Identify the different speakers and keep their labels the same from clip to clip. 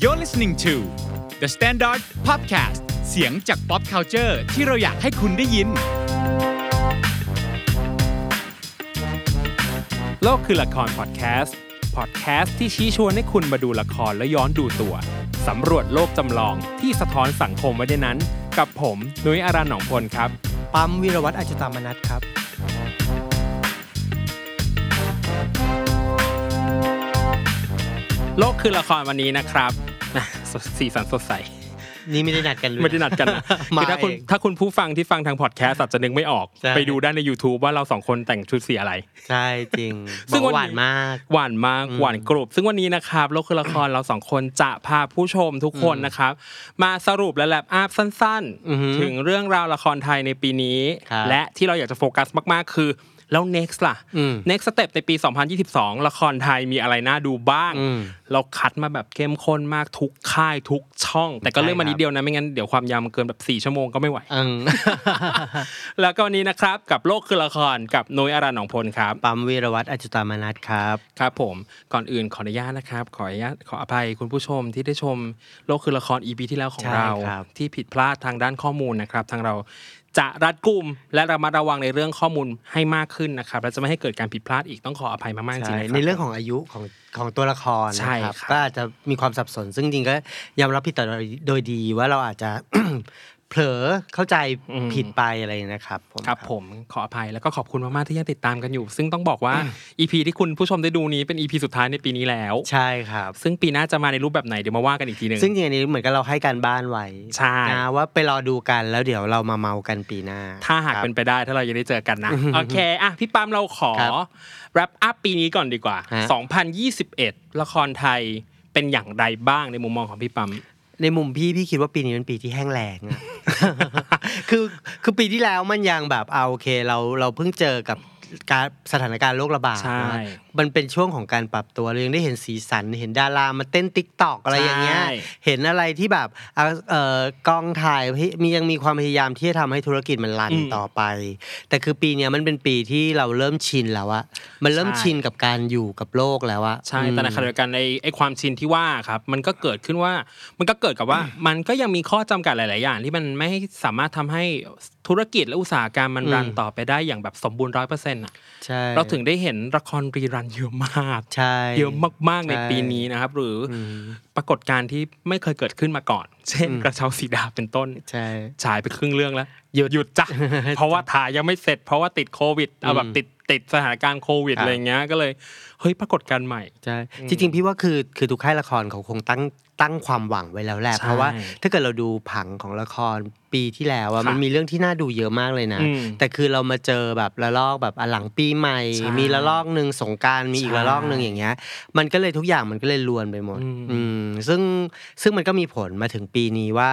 Speaker 1: You're listening to The Standard Podcast เสียงจาก Pop Culture ที่เราอยากให้คุณได้ยิน
Speaker 2: โลกคือละครพอดแคสต์ พอดแคสต์ที่ชี้ชวนให้คุณมาดูละครและย้อนดูตัว สำรวจโลกจำลองที่สะท้อนสังคมไว้ในนั้น กับผมนุ้ยอารันหนองพลครับ
Speaker 3: ปั๊มวีรวัตรอาจุตามนัทครับ
Speaker 2: โลกคือละครวันนี้นะครับ นะสดสีสันสดใส
Speaker 3: นี่ไม่ได้นัดกันเลย
Speaker 2: ไม่ได้นัดกัน นะ
Speaker 3: มา
Speaker 2: คือถ้าคุณ
Speaker 3: เอง
Speaker 2: ถ้าคุณผู้ฟังที่ฟังทางพอดแคสต์อาจจะนึกไม่ออก
Speaker 3: ใช่
Speaker 2: ไปดูได้ใน YouTube ว่าเราสองคนแต่งชุดสีอะไร
Speaker 3: ใช่จริง
Speaker 2: ซึ่ง
Speaker 3: บอกว่าห
Speaker 2: วั
Speaker 3: วา
Speaker 2: นนี้
Speaker 3: นมาก
Speaker 2: หวานมากหวานกรุบซึ่งวันนี้นะครับโลกคือละครเราสองคนจะพาผู้ชมทุกคนนะครับ มาสรุปและแลบอาพสั้น
Speaker 3: อือหือ
Speaker 2: ถึงเรื่องราวละครไทยในปีนี้
Speaker 3: ครับ
Speaker 2: และที่เราอยากจะโฟกัสมาก ๆ คือ แล้ว next ล่ะ
Speaker 3: อืม
Speaker 2: next step ในปี 2022 ละครไทยมีอะไรน่าดูบ้าง
Speaker 3: อืม
Speaker 2: เราคัดมาแบบเข้มข้นมากทุกค่ายทุกช่อง แต่ก็เรื่องมา
Speaker 3: ใช่ครับ
Speaker 2: นิดเดียวนะไม่งั้นเดี๋ยวความยาวมันเกินแบบ4ชั่วโมงก็ไม่ไหว
Speaker 3: อัง
Speaker 2: แล้วก็วันนี้นะครับกับโลกคือละครกับนุ้ยอารันหนองพลครับ
Speaker 3: ปั๊มวีรวัตรอาจุตามนัทครับ
Speaker 2: ครับผมก่อนอื่นขออนุญาตนะครับ ขออนุญาตขออภัยคุณผู้ชมที่ได้ชมโลกคือละคร EP ที่แล้วของ
Speaker 3: ใช่
Speaker 2: เรา
Speaker 3: ครับ
Speaker 2: ที่ผิดพลาดทางด้านข้อมูลนะครับ ทางเราจะรัดกุมและระมัดระวังในเรื่องข้อมูลให้มากขึ้นนะครับและจะไม่ให้เกิดการผิดพลาดอีกต้องขออภัยมากๆจริ
Speaker 3: ใช่
Speaker 2: งๆะคบ
Speaker 3: ในเรื่องของอายุของของตัวละคร
Speaker 2: ใช่
Speaker 3: นะค
Speaker 2: ค
Speaker 3: รับ
Speaker 2: รั
Speaker 3: บ ก็อาจจะมีความสับสน ซึ่งจริงก็ยอมรับผิดแต่โดยดีว่าเราอาจจะ เผลอเข้าใจผิดไปอะไรนะครับผม
Speaker 2: ครับผมขออภัยแล้วก็ขอบคุณมากๆที่ยังติดตามกันอยู่ ซึ่งต้องบอกว่า EP ที่คุณผู้ชมได้ดูนี้เป็น EP สุดท้ายในปีนี้แล้ว
Speaker 3: ใช่ครับ
Speaker 2: ซึ่งปีหน้าจะมาในรูปแบบไหนเดี๋ยวมาว่ากันอีกทีหนึ่ง
Speaker 3: ซึ่งจริงๆอันนี้เหมือนกับเราให้การบ้านไว้
Speaker 2: ใช่
Speaker 3: นะว่าไปรอดูกันแล้วเดี๋ยวเรามาเมากันปีหน้า
Speaker 2: ถ้าหาก
Speaker 3: ครับ
Speaker 2: เป็นไปได้ถ้าเรายังได้เจอกันนะ โอเคอ่ะพี่ปั๊มเราขอ
Speaker 3: ครับ
Speaker 2: wrap up ปีนี้ก่อนดีกว่า
Speaker 3: ฮะ
Speaker 2: 2021 ละครไทยเป็นอย่างไรบ้างในมุมมองของพี่ปั๊ม
Speaker 3: ในมุมพี่พี่คิดว่าปีนี้เป็นปีที่แห้งแล้งอะ คือคือปีที่แล้วมันยังแบบเอาโอเคเราเราเพิ่งเจอกับการสถานการณ์โรคระบาด
Speaker 2: ใช่
Speaker 3: นะมันเป็นช่วงของการปรับตัวเรายังได้เห็นสีสัน เห็นดารามาเต้นติ๊กตอกอะไรอย่างเงี้ย
Speaker 2: ใช่
Speaker 3: เห็นอะไรที่แบบเอาเอ่อกองถ่ายพี่มียังมีความพยายามที่จะทำให้ธุรกิจมันรัน
Speaker 2: อืม
Speaker 3: ต่อไป แต่คือปีเนี้ยมันเป็นปีที่เราเริ่มชินแล้วอะมันเริ่ม
Speaker 2: ใช่
Speaker 3: ชินกับการอยู่กับโลกแล้วอะ
Speaker 2: ใช่
Speaker 3: อืม
Speaker 2: แต่ในขณะเดียวกันไอ้ไอ้ความชินที่ว่าครับ มันก็เกิดขึ้นว่ามันก็เกิดกับว่า มันก็ยังมีข้อจำกัดหลาย ๆ อย่าง ที่มันไม่สามารถทำให้ธุรกิจและอุตสาหกรรมมัน
Speaker 3: อืม
Speaker 2: รันต่อไปได้อย่างแบบสมบูรณ์ร้อยเปอร์เซ็นต์อ่ะ
Speaker 3: ใช่
Speaker 2: เราถึงได้เห็นละครรีรันเยอะมาก
Speaker 3: ใช่
Speaker 2: เยอะมากๆใน
Speaker 3: ใช่
Speaker 2: ปีนี้นะครับ หรืออ
Speaker 3: อืม
Speaker 2: ปรากฏการณ์ที่ไม่เคยเกิดขึ้นมาก่อน เช่น
Speaker 3: อืม
Speaker 2: กระเช้าสีดาเป็นต้น
Speaker 3: ใช่
Speaker 2: ฉายไปครึ่งเรื่องแล้ว
Speaker 3: หยุด
Speaker 2: จ้ะ เพราะว่าถ่ายยังไม่เสร็จ เพราะว่าติดโควิดเอาแบบ
Speaker 3: อืม
Speaker 2: ติดติดสถานการณ์โควิด
Speaker 3: ครับ
Speaker 2: อะไรอย่างเงี้ยก็เลยเฮ้ยปรากฏการณ์ใหม่
Speaker 3: ใช่จริงๆพี่ว่าคือคือทุกค่ายละครเขาคงตั้งตั้งความหวังไว้แล้วแหละ
Speaker 2: ใช่
Speaker 3: เพราะว่าถ้าเกิดเราดูผังของละครปีที่แล้วอะ
Speaker 2: ค่ะ
Speaker 3: มันมีเรื่องที่น่าดูเยอะมากเลยนะ
Speaker 2: อืม
Speaker 3: แต่คือเรามาเจอแบบละลอกแบบอ่ะหลังปีใหม่
Speaker 2: ใช่
Speaker 3: มีละลอกหนึ่งสงกรารมีอีก
Speaker 2: ใช่
Speaker 3: ละลอกหนึ่งอย่างเงี้ย มันก็เลยทุกอย่างมันก็เลยลวนไปหมด
Speaker 2: อืม
Speaker 3: อืมซึ่งซึ่งมันก็มีผลมาถึงปีนี้ว่า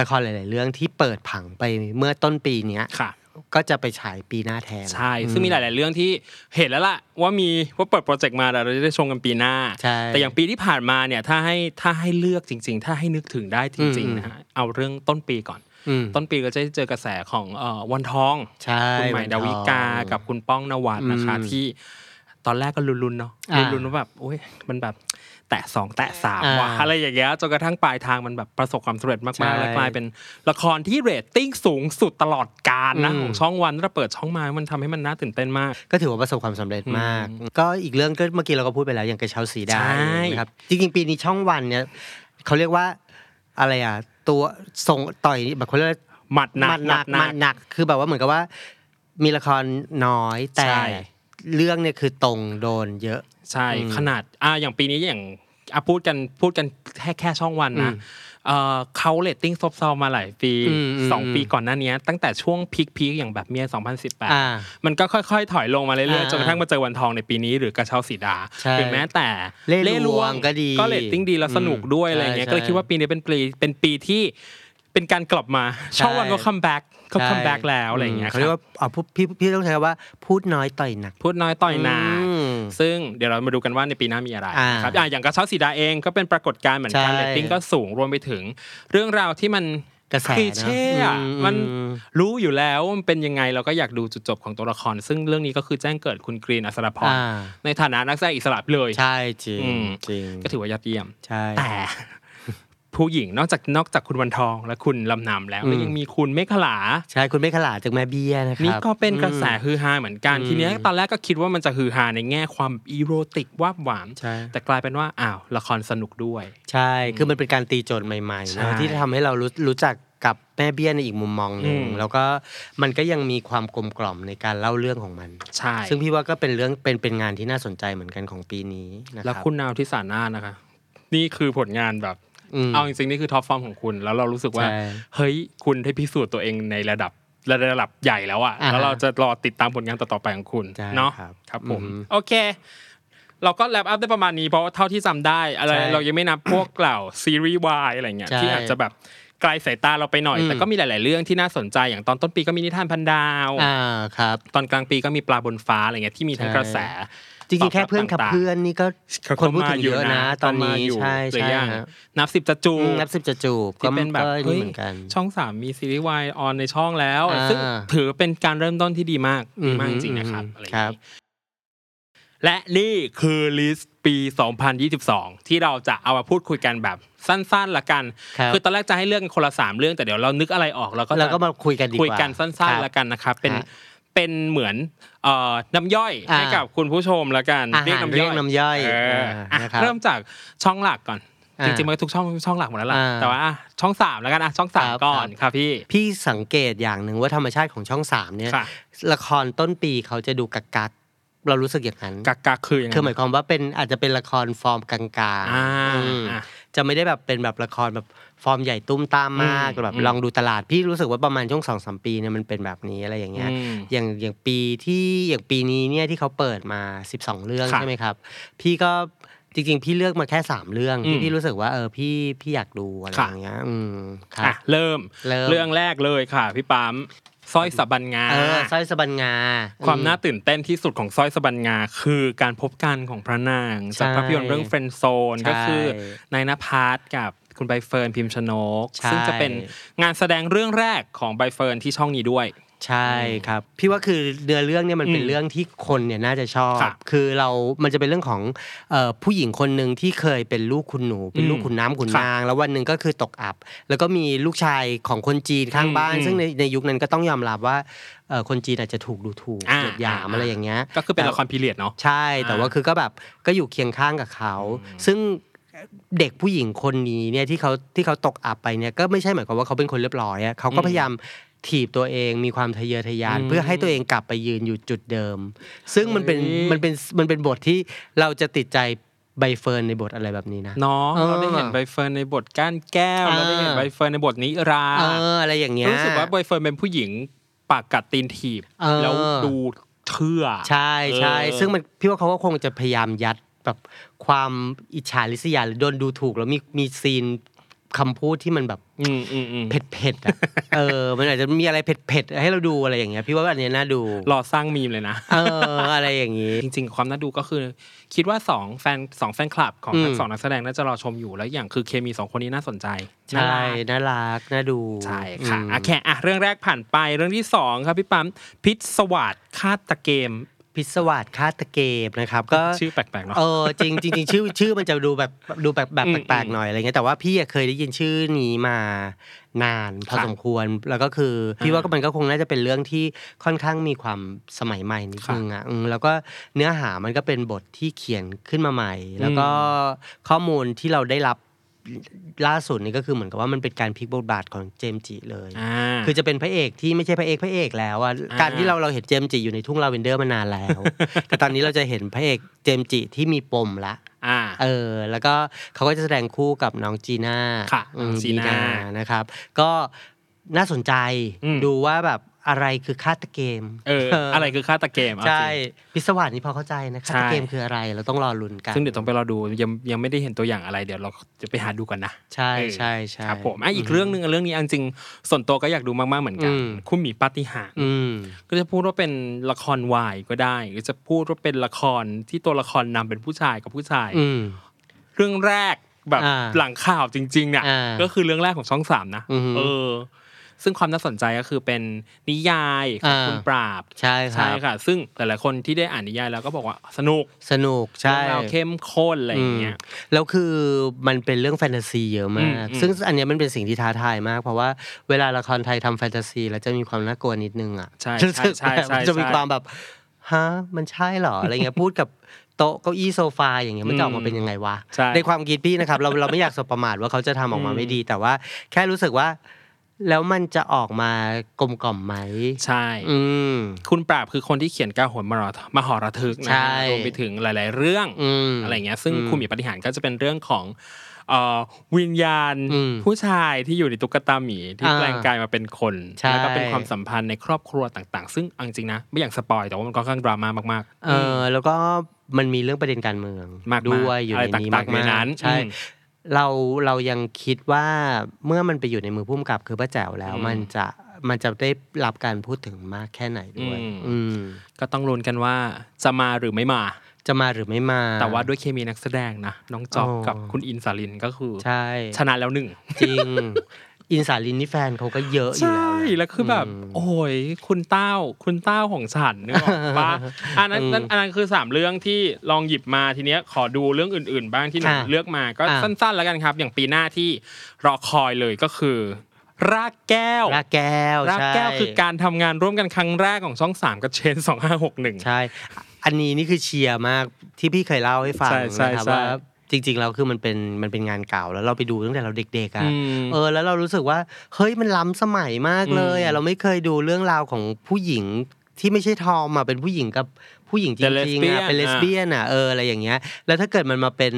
Speaker 3: ละครหลาย ๆ เรื่องที่เปิดผังไปเมื่อต้นปีเนี้ย
Speaker 2: ค่ะ
Speaker 3: ก็จะไปฉายปีหน้าแทน
Speaker 2: ใช่ ซึ่งมีหลาย ๆ เรื่องที่เห็นแล้วล่ะ ว่ามีว่าเปิดโปรเจกต์มาแต่เราจะได้ชมกันปีหน้า
Speaker 3: ใช่
Speaker 2: แต่อย่างปีที่ผ่านมาเนี่ยถ้าให้ถ้าให้เลือกจริง ๆ ถ้าให้นึกถึงได้จริง ๆ นะฮะเอาเรื่องต้นปีก่อน
Speaker 3: อืม
Speaker 2: ต้นปีก็จะได้เจอกระแสของเอ่อวันทอง
Speaker 3: ใช่
Speaker 2: คุณใหม่ดาวิกา
Speaker 3: วันทอง
Speaker 2: กับคุณป้องนวัดนะคะที่ตอนแรกก็ลุนๆเนาะ
Speaker 3: อ่า
Speaker 2: ลุนๆว่าแบบโอ้ยมันแบบแตะสองแตะสาม
Speaker 3: อ่า
Speaker 2: ว่ะอะไรอย่างเงี้ยจนกระทั่งปลายทางมันแบบประสบความสำเร็จ
Speaker 3: ใช่
Speaker 2: มากๆและกลายเป็นละครที่เรตติ้งสูงสุดตลอดกาลนะ
Speaker 3: อืม
Speaker 2: ของช่องวันถ้าเปิดช่องมามันทำให้มันน่าตื่นเต้นมาก
Speaker 3: ก็ถือว่าประสบความสำเร็จมาก ก็อีกเรื่องก็เมื่อกี้เราก็พูดไปแล้วอย่างกระเช้าสีดา
Speaker 2: ใช่
Speaker 3: นะครับจริงๆปีนี้ช่องวันเนี่ยเขาเรียกว่าอะไรอ่ะตัวส่งต่อยแบบเขาเรียกว่า
Speaker 2: หมัดหนัก
Speaker 3: มัดหนักมัดหนักคือแบบว่าเหมือนกับว่า มีละครน้อยแต่
Speaker 2: ใช่
Speaker 3: เรื่องเนี่ยคือตรงโดนเยอะ
Speaker 2: ใช่ขนาดอ่าอย่างปีนี้อย่างอ่ะพูดกันพูดกันแค่แค่ช่องวันนะเอ่อเขาเรตติ้งซบเซามาหลายปี
Speaker 3: อืมอืม
Speaker 2: สองปีก่อนหน้าเนี้ยตั้งแต่ช่วงพีคพีคอย่างแบบเมีย
Speaker 3: อ่า
Speaker 2: 2018 มันก็ค่อยๆ ถอยลงมาเรื่อยๆ
Speaker 3: อ่า
Speaker 2: จนกระทั่งมาเจอวันทองในปีนี้หรือกระเช้าสีดา
Speaker 3: ใช่
Speaker 2: หรือแม้แต่
Speaker 3: เล่หลวงก็ดี
Speaker 2: ก็เรตติ้งดีแล้วสนุกด้วย
Speaker 3: อืม
Speaker 2: อะไรอย่างเงี้ย
Speaker 3: ใช่
Speaker 2: ก็เลยคิดว่าปีนี้เป็นปีเป็นปีที่เป็นการกลับมา
Speaker 3: ใช่
Speaker 2: ช่องวันก็คัมแบ็กเขาคัมแบ็ก
Speaker 3: ใช่
Speaker 2: แล้วอะไรอย่างเงี้ย
Speaker 3: เขาเรียก
Speaker 2: ครับ
Speaker 3: ว่าเอาพูดพี่พี่ต้องใช้คำว่าพูดน้อยต่อยหนัก
Speaker 2: พูดน้อยต่อยหนา
Speaker 3: อืม
Speaker 2: ซึ่งเดี๋ยวเรามาดูกันว่าในปีหน้ามีอะไร
Speaker 3: อ่า
Speaker 2: นะครับอ่ะอย่างกระเช้าสีดาเองก็เป็นปรากฏการณ์เหมือนกัน
Speaker 3: ใช่
Speaker 2: เรตติ้งก็สูงรวมไปถึง เรื่องราวที่มัน
Speaker 3: กระแส
Speaker 2: คลี
Speaker 3: นะ
Speaker 2: เช่อะ
Speaker 3: อื
Speaker 2: มัน
Speaker 3: อืม
Speaker 2: รู้อยู่แล้วว่ามันเป็นยังไงเราก็อยากดูจุดจบของตัวละคร ซึ่งเรื่องนี้ก็คือแจ้งเกิดคุณกรีนอัศรพร
Speaker 3: อ่า
Speaker 2: ในฐานะนักแสดงอิสระเลย
Speaker 3: ใช่จริง
Speaker 2: อืม
Speaker 3: จริง
Speaker 2: ก็ถือว่ายอดเยี่ยม
Speaker 3: ใช่
Speaker 2: แต่ ผู้หญิงนอกจากนอกจากคุณวันทองและคุณลำนำแล้ว
Speaker 3: อืม
Speaker 2: ก็ยังมีคุณเมฆลา
Speaker 3: ใช่คุณไม่ขลาดจากแม่เบี้ยนะครั
Speaker 2: นี่
Speaker 3: บ
Speaker 2: ก็เป็นกระแสฮือฮาเหมือนกัน
Speaker 3: อืม
Speaker 2: ทีเนี้ยตอนแรกก็คิดว่ามันจะฮือฮาในแง่ความอีโรติกวาบหวาน
Speaker 3: ใช่
Speaker 2: แต่กลายเป็นว่าอ้าวละครสนุกด้วย
Speaker 3: ใช่ คือมันเป็นการตีโจทย์ใหม่ๆ
Speaker 2: ใช่
Speaker 3: นะที่ทำให้เรารู้รู้จักกับแม่เบี้ยในอีกมุมมองหนึ่ง
Speaker 2: อืม
Speaker 3: แล้วก็มันก็ยังมีความกลมกล่อมในการเล่าเรื่องของมัน
Speaker 2: ใช่
Speaker 3: ซึ่งพี่ว่าก็เป็นเรื่องเป็นเป็นงานที่น่าสนใจเหมือนกันของปีนี้นะค
Speaker 2: แล้ว
Speaker 3: รับ
Speaker 2: คุณนาวที่สานานะคะ นี่คือผลงานแบบ
Speaker 3: ม
Speaker 2: เอาจริงๆนี่คือท็อปฟอร์มของคุณ แล้วเรารู้สึกว่า
Speaker 3: ใช่
Speaker 2: เฮ้ย คุณได้พิสูจน์ตัวเองในระดับระดับใหญ่แล้วอะ
Speaker 3: อ่าฮะ
Speaker 2: แล้วเราจะรอติดตามผลงานต่อๆไปของคุณ
Speaker 3: ใช่
Speaker 2: เนาะ
Speaker 3: ครับ
Speaker 2: ครับผม
Speaker 3: อือฮึ
Speaker 2: โอเค เราก็แลปอัพได้ประมาณนี้เพราะว่าเท่าที่จำได้อะไร
Speaker 3: ใช่
Speaker 2: เรายังไม่นับ พวกเหล่าซีรีส์วายอะไรเงี้ย
Speaker 3: ใช่
Speaker 2: ที่อาจจะแบบไกลสายตาเราไปหน่อย
Speaker 3: อืม
Speaker 2: แต่ก็มีหลาย ๆ เรื่องที่น่าสนใจอย่างตอนต้นปีก็มีนิทานพันดาว
Speaker 3: อ่าครับ
Speaker 2: ตอนกลางปีก็มีปลาบนฟ้าอะไรเงี้ยที่มีทั้ง
Speaker 3: ใช่
Speaker 2: กระแส
Speaker 3: จริงๆแค่เพื่อนขับ
Speaker 2: ต่างๆ
Speaker 3: เพื่อนนี่ก็คนพูดถึงเยอะนะ ตอน
Speaker 2: ก็
Speaker 3: นี้
Speaker 2: มายู่
Speaker 3: ใช่
Speaker 2: หรือ
Speaker 3: ใช่
Speaker 2: ยัง
Speaker 3: ฮะ
Speaker 2: นับสิบจะจู
Speaker 3: อืมนับสิบจะจูบก็
Speaker 2: ที่เป็นแบบ
Speaker 3: ก็
Speaker 2: เฮ้
Speaker 3: นี่
Speaker 2: ย
Speaker 3: เหมือนกัน
Speaker 2: ช่องสามมีซีรีส์วายออนในช่องแล้ว
Speaker 3: อ่า
Speaker 2: ซึ่งถือเป็นการเริ่มต้นที่ดีมาก
Speaker 3: อื
Speaker 2: ดี
Speaker 3: ม
Speaker 2: มากจริงๆนะครับอะไรอย่าง
Speaker 3: ครั
Speaker 2: นี้
Speaker 3: บ
Speaker 2: และนี่คือลิสต์ปี 2022 ที่เราจะเอามาพูดคุยกันแบบสั้นๆละกัน
Speaker 3: ครับ
Speaker 2: คือตอนแรกจะให้เรื่องคนละ 3 เรื่องแต่เดี๋ยวเรานึกอะไรออกเราก็จะ
Speaker 3: แล้วก็มาคุยกันดีกว่า
Speaker 2: คุยกันสั้นๆ
Speaker 3: ครั
Speaker 2: ละ
Speaker 3: บ
Speaker 2: กันนะครับเป็น
Speaker 3: ฮะ
Speaker 2: เป็นเหมือนเอ่อน้ำย่อย
Speaker 3: อ่า
Speaker 2: ให้กับคุณผู้ชมละกัน
Speaker 3: อาหารเรียกน้ำย่อย
Speaker 2: เออ
Speaker 3: อ่า
Speaker 2: อ่ะ
Speaker 3: นะครับ
Speaker 2: เริ่มจากช่องหลักก่อน จริงๆมัน
Speaker 3: อ่า
Speaker 2: ก็ทุกช่องช่องหลักหมดแล้วล่ะ
Speaker 3: อ่า
Speaker 2: แต่ว่าอ่ะช่องสามแล้วกันนะช่องสาม
Speaker 3: ครับ
Speaker 2: ก่อนครับพี่
Speaker 3: พี่สังเกตอย่างหนึ่งว่าธรรมชาติของช่องสามเนี่ย
Speaker 2: ค่ะ
Speaker 3: ละครต้นปีเขาจะดูกักกักๆเรารู้สึกอย่างนั้น
Speaker 2: กักกักคือยังไง
Speaker 3: คือหมายความว่าเป็นอาจจะเป็นละครฟอร์มกลาง
Speaker 2: อ่า
Speaker 3: ๆอืม
Speaker 2: อ่ะ
Speaker 3: จะไม่ได้แบบเป็นแบบละครแบบฟอร์มใหญ่ตุ้มตามมาก
Speaker 2: อืม
Speaker 3: แบบ
Speaker 2: อืม
Speaker 3: ลองดูตลาดพี่รู้สึกว่าประมาณช่วงสองสามปีเนี่ยมันเป็นแบบนี้อะไรอย่างเงี้ย
Speaker 2: อืม
Speaker 3: อย่างอย่างปีที่อย่างปีนี้เนี่ยที่เขาเปิดมา 12 เรื่อง
Speaker 2: ค่ะ
Speaker 3: ใช่ไหมครับ พี่ก็จริงๆ พี่เลือกมาแค่ 3 เรื่อง
Speaker 2: อืม
Speaker 3: ที่พี่รู้สึกว่าเออพี่พี่อยากดูอะไรอ
Speaker 2: ค่ะ
Speaker 3: ย่างเงี้ยอืมครั
Speaker 2: อ่ะ
Speaker 3: บ
Speaker 2: เริ่ม
Speaker 3: เริ่ม
Speaker 2: เรื่องแรกเลยค่ะ พี่ปั๊มสร้อยสบันงา
Speaker 3: เออสร้อยสบันงา
Speaker 2: ความ
Speaker 3: อื
Speaker 2: น่าตื่นเต้นที่สุดของสร้อยสบันงา คือการพบกันของพระนาง
Speaker 3: ใช่
Speaker 2: จากภาพยนตร์เรื่องเฟรนด์โซน
Speaker 3: ใช่
Speaker 2: ก็คือนายนภัสกับคุณใบเฟิร์นพิมชนก
Speaker 3: ใช่
Speaker 2: ซึ่งจะเป็นงานแสดงเรื่องแรกของใบเฟิร์นที่ช่องนี้ด้วย
Speaker 3: ใช่ครับ พี่ว่าคือเนื้อเรื่องเนี่ยมันเป็น
Speaker 2: อืม
Speaker 3: เรื่องที่คนเนี่ยน่าจะชอบ
Speaker 2: ค่ะ
Speaker 3: คือเรา มันจะเป็นเรื่องของเอ่อผู้หญิงคนหนึ่งที่เคยเป็นลูกคุณหนู เป็นลูก
Speaker 2: อืม
Speaker 3: ขุนน้ำขุน
Speaker 2: ค่ะ
Speaker 3: นาง แล้ววันหนึ่งก็คือตกอับ แล้วก็มีลูกชายของคนจีนข้าง
Speaker 2: อืม
Speaker 3: บ้าน
Speaker 2: อืม
Speaker 3: ซึ่งในในยุคนั้นก็ต้องยอมรับว่าเอ่อคนจีนอาจจะถูกดูถูก
Speaker 2: อ่า
Speaker 3: เหยียดหยาม
Speaker 2: อ่า
Speaker 3: อะไรอย่างเงี้ย
Speaker 2: ก็คือเป็นละครพีเรียดเนาะ
Speaker 3: ใช่ แต่ว่า
Speaker 2: อ่า
Speaker 3: คือก็แบบก็อยู่เคียงข้างกับเขา ซึ่งเด็กผู้หญิงคนนี้เนี่ยที่เขาที่เขาตกอับไปเนี่ยก็ไม่ใช่หมายความว่าเขาเป็นคนเรียบร้อยอะเขาก็
Speaker 2: อืม
Speaker 3: พยายามถีบตัวเองมีความทะเยอทะยาน
Speaker 2: อืม
Speaker 3: เพื่อให้ตัวเองกลับไปยืนอยู่จุดเดิม ซึ่งมันเป็น
Speaker 2: เฮ้ย
Speaker 3: มันเป็นมันเป็นบทที่เราจะติดใจใบเฟิร์นในบทอะไรแบบนี้นะ
Speaker 2: เนาะ
Speaker 3: เออ
Speaker 2: เราได้เห็นใบเฟิร์นในบทก้านแก้ว
Speaker 3: อ่า
Speaker 2: เราได้เห็นใบเฟิร์นในบทนิรา
Speaker 3: เอออะไรอย่างเงี้ย
Speaker 2: รู้สึกว่าบอยเฟิร์นเป็นผู้หญิงปากกัดตีนถีบ
Speaker 3: เออ
Speaker 2: แล้วดูเชื่อ
Speaker 3: ใช่ใช่
Speaker 2: เออ
Speaker 3: ซึ่งมันพี่ว่าเขาก็คงจะพยายามยัดแบบความอิจฉาริษยาหรือโดนดูถูกแล้วมีมีซีนคำพูดที่มันแบบ
Speaker 2: อืมอืมอืม
Speaker 3: เผ็ดเผ็ดๆ อ่ะ เออ มันอาจจะมีอะไรเผ็ดเผ็ดๆให้เราดูอะไรอย่างเงี้ย พี่ว่าอันเนี้ยน่าดู
Speaker 2: รอสร้างมีมเลยนะ
Speaker 3: เออ อะไรอย่างงี้
Speaker 2: จริงๆ ความน่าดูก็คือ คิดว่าสองแฟนสองแฟนคลับของ
Speaker 3: อืม
Speaker 2: ทั้งสองนักแสดงน่าจะรอชมอยู่แล้วอย่างคือเคมีสองคนนี้น่าสนใจน่า
Speaker 3: ใช่
Speaker 2: รัก
Speaker 3: น่ารัก น่าดู
Speaker 2: ใช่ค่ะ
Speaker 3: ม
Speaker 2: โอเคอ่ะเรื่องแรกผ่านไปเรื่องที่สองครับพี่ปั๊มพิษสวัสดฆาตเกม
Speaker 3: พิศวาสคาตะเกบนะครับ ก็
Speaker 2: ชื่อแปลกๆเนาะ
Speaker 3: เออ จริงจริงๆชื่อชื่อมันจะดูแบบดูแบบแบบ
Speaker 2: อืม
Speaker 3: แปลกๆหน่อยอะไรเงี้ย แต่ว่าพี่อะเคยได้ยินชื่อนี้มานานพอ
Speaker 2: ค่ะ
Speaker 3: สมควร แล้วก็คือ พี่
Speaker 2: อ่า
Speaker 3: ว่าก็มันก็คงน่าจะเป็นเรื่องที่ค่อนข้างมีความสมัยใหม่นิด
Speaker 2: ค่ะ
Speaker 3: นึงอ่ะอืมแล้วก็เนื้อหามันก็เป็นบทที่เขียนขึ้นมาใหม่ แล้วก็
Speaker 2: อื
Speaker 3: ข้อมูลที่เราได้รับล่าสุดนี่ก็คือเหมือนกับว่ามันเป็นการพลิกบทบาทของเจมส์จิเลย
Speaker 2: อ่า
Speaker 3: คือจะเป็นพระเอกที่ไม่ใช่พระเอกพระเอกแล้วอะ
Speaker 2: อ่า
Speaker 3: การที่เราเราเห็นเจมส์จิอยู่ในทุ่งลาเวนเดอร์มานาน แล้ว แต่ตอนนี้เราจะเห็นพระเอกเจมส์จิที่มีปมละ
Speaker 2: อ่า
Speaker 3: เออ แล้วก็เขาก็จะแสดงคู่กับน้องจีน่า
Speaker 2: ค่ะ
Speaker 3: อืม
Speaker 2: น้องจีน่า
Speaker 3: บีนะครับ ก็น่าสนใจ
Speaker 2: อืม
Speaker 3: ดูว่าแบบอะไรคือฆาตเกม
Speaker 2: เอ ออะไรคือฆาตเกมเอาจริง
Speaker 3: ใช่พิศวาสนี่พอเข้าใจนะฆาต
Speaker 2: ใช่
Speaker 3: เกมคืออะไรเราต้องรอลุ้นกัน
Speaker 2: ซึ่งเดี๋ยวต้องไปรอดูยังยังไม่ได้เห็นตัวอย่างอะไรเดี๋ยวเราจะไปหาดูก่อนนะ
Speaker 3: ใช่ใช่ใช่
Speaker 2: ครับผมอ่ะอีกเรื่องหนึ่งอ่ะเรื่องนี้อันจริงส่วนตัวก็อยากดูมากๆเหมือนกัน
Speaker 3: อืม
Speaker 2: คุณหมีปาฏิหาริย์
Speaker 3: อืม
Speaker 2: ก็จะพูดว่าเป็นละครวายก็ได้ หรือจะพูดว่าเป็นละครที่ตัวละครนำเป็นผู้ชายกับผู้ชาย
Speaker 3: อืม
Speaker 2: เรื่องแรก แบบ
Speaker 3: อ่า
Speaker 2: หลังข่าวจริงๆเนี่ย
Speaker 3: อ่า
Speaker 2: ก็คือเรื่องแรกของช่องสามนะ
Speaker 3: อือฮึ
Speaker 2: เออ ซึ่งความน่าสนใจก็คือเป็นนิยายของ
Speaker 3: อ่า
Speaker 2: คุณปราบ
Speaker 3: ใช่ครั
Speaker 2: ใช่
Speaker 3: บ
Speaker 2: ค่ะ ซึ่งหลายๆคนที่ได้อ่านนิยายแล้วก็บอกว่าสนุก
Speaker 3: สนุกใช่
Speaker 2: เรื่องราวเข้มข้นอะไรอย่างเงี้ย
Speaker 3: อืมแล้วคือมันเป็นเรื่องแฟนตาซีเยอะมาก
Speaker 2: อืมอืม
Speaker 3: ซึ่งอันเนี้ยมันเป็นสิ่งที่ท้าทายมาก เพราะว่าเวลาละครไทยทำแฟนตาซีแล้วจะมีความน่ากลัวนิดนึงอ่ะ
Speaker 2: ใช่
Speaker 3: รู้สึก
Speaker 2: ใช่ใช่
Speaker 3: แบบ
Speaker 2: ใช่
Speaker 3: จะมีความแบบฮะมันใช่เหรออะไรเงี้ยพูดกับโต๊ะเก้าอี้โซฟาอย่างเงี้ยมันจะออก
Speaker 2: อื
Speaker 3: มาม เป็นยังไงวะ
Speaker 2: ใช่
Speaker 3: ความคิดพี่นะครับ เราเราไม่อยากสบประมาทว่าเขาจะทำออกมา
Speaker 2: อืม
Speaker 3: ไม่ดี แต่ว่าแค่รู้สึกว่า แล้วมันจะออกมากลมกล่อมไหม
Speaker 2: ใช่
Speaker 3: อืม
Speaker 2: คุณปราบคือคนที่เขียนก้าวหนมหรมหรทึกนะ
Speaker 3: ใช่
Speaker 2: ฮะรวมไปถึงหลาย ๆ เรื่อง
Speaker 3: อืม
Speaker 2: อะไรเงี้ยซึ่ง
Speaker 3: อืม
Speaker 2: คุณหมีปฏิหารก็จะเป็นเรื่องของเอ่อวิญญาณ
Speaker 3: อืม
Speaker 2: ผู้ชายที่อยู่ในตุ๊กตาหมีที่
Speaker 3: อ่า
Speaker 2: แปลงกายมาเป็นคน
Speaker 3: ใช่
Speaker 2: แล้วก็เป็นความสัมพันธ์ในครอบครัวต่างๆ ซึ่งเอาจริงๆนะ ไม่อย่างสปอยแต่ว่ามันก็ค่อนข้างดราม่ามากๆ
Speaker 3: เออแล้วก็มันมีเรื่องประเด็นการเมือง
Speaker 2: มากๆ
Speaker 3: ด้วยอยู่
Speaker 2: อะไร
Speaker 3: ใน
Speaker 2: ต่าม
Speaker 3: นี้าง ก
Speaker 2: ๆในนั้น
Speaker 3: ใช่
Speaker 2: อืม
Speaker 3: เราเรายังคิดว่าเมื่อมันไปอยู่ในมือผู้กำกับคือป้าแจ๋วแล้ว
Speaker 2: อืม
Speaker 3: มันจะมันจะได้รับการพูดถึงมากแค่ไหนด้วย
Speaker 2: อืม
Speaker 3: อืม
Speaker 2: ก็ต้องลุ้นกันว่าจะมาหรือไม่มา
Speaker 3: จะมาหรือไม่มา
Speaker 2: แต่ว่าด้วยเคมีนักแสดงนะน้องจอบ
Speaker 3: อ๋อ
Speaker 2: กับคุณอินสาลินก็คือ
Speaker 3: ใช่
Speaker 2: ชนะแล้วหนึ่ง
Speaker 3: จริง อินสาลินนี่แฟนเขาก็เยอะอยู่
Speaker 2: ใช่
Speaker 3: แล้วนะ
Speaker 2: แล้วคือแบบโอ้ยคุณเต้าคุณเต้าของฉันนึกออกปะอันนั้นนั่นอันนั้นคือสามเรื่องที่ลองหยิบมาทีเนี้ยขอดูเรื่องอื่น ๆ บ้างที่หนัง
Speaker 3: อ่ะ
Speaker 2: เลือกมาก็
Speaker 3: อ่ะ
Speaker 2: สั้น ๆ แล้วกันครับ อย่างปีหน้าที่รอคอยเลยก็คือ รากแก้ว
Speaker 3: รากแก้ว
Speaker 2: ราก
Speaker 3: ใช่
Speaker 2: แก้วคือการทำงานร่วมกันครั้งแรกของช่องสามกับเชนสองห้าหกหนึ่ง
Speaker 3: ใช่ อันนี้นี่คือเชียร์มากที่พี่เคยเล่าให้ฟัง
Speaker 2: ใช่ใช่
Speaker 3: นะครับ
Speaker 2: ใช่
Speaker 3: ว่าจริงๆแล้วคือมันเป็นมันเป็นงานเก่าแล้วเราไปดูตั้งแต่เราเด็กๆอ่ะ
Speaker 2: อืม
Speaker 3: เออแล้วเรารู้สึกว่าเฮ้ยมันล้ำสมัยมากเลย
Speaker 2: อื
Speaker 3: อ่ะ
Speaker 2: ม
Speaker 3: เราไม่เคยดูเรื่องราวของผู้หญิงที่ไม่ใช่ทอมอ่ะเป็นผู้หญิงกับผู้หญิงจ
Speaker 2: เป็น
Speaker 3: ริงๆอ่ะ
Speaker 2: lesbian
Speaker 3: เป็นเลสเบี้ยนอ่ะเอออะไรอย่างเงี้ย แล้วถ้าเกิดมันมาเป็น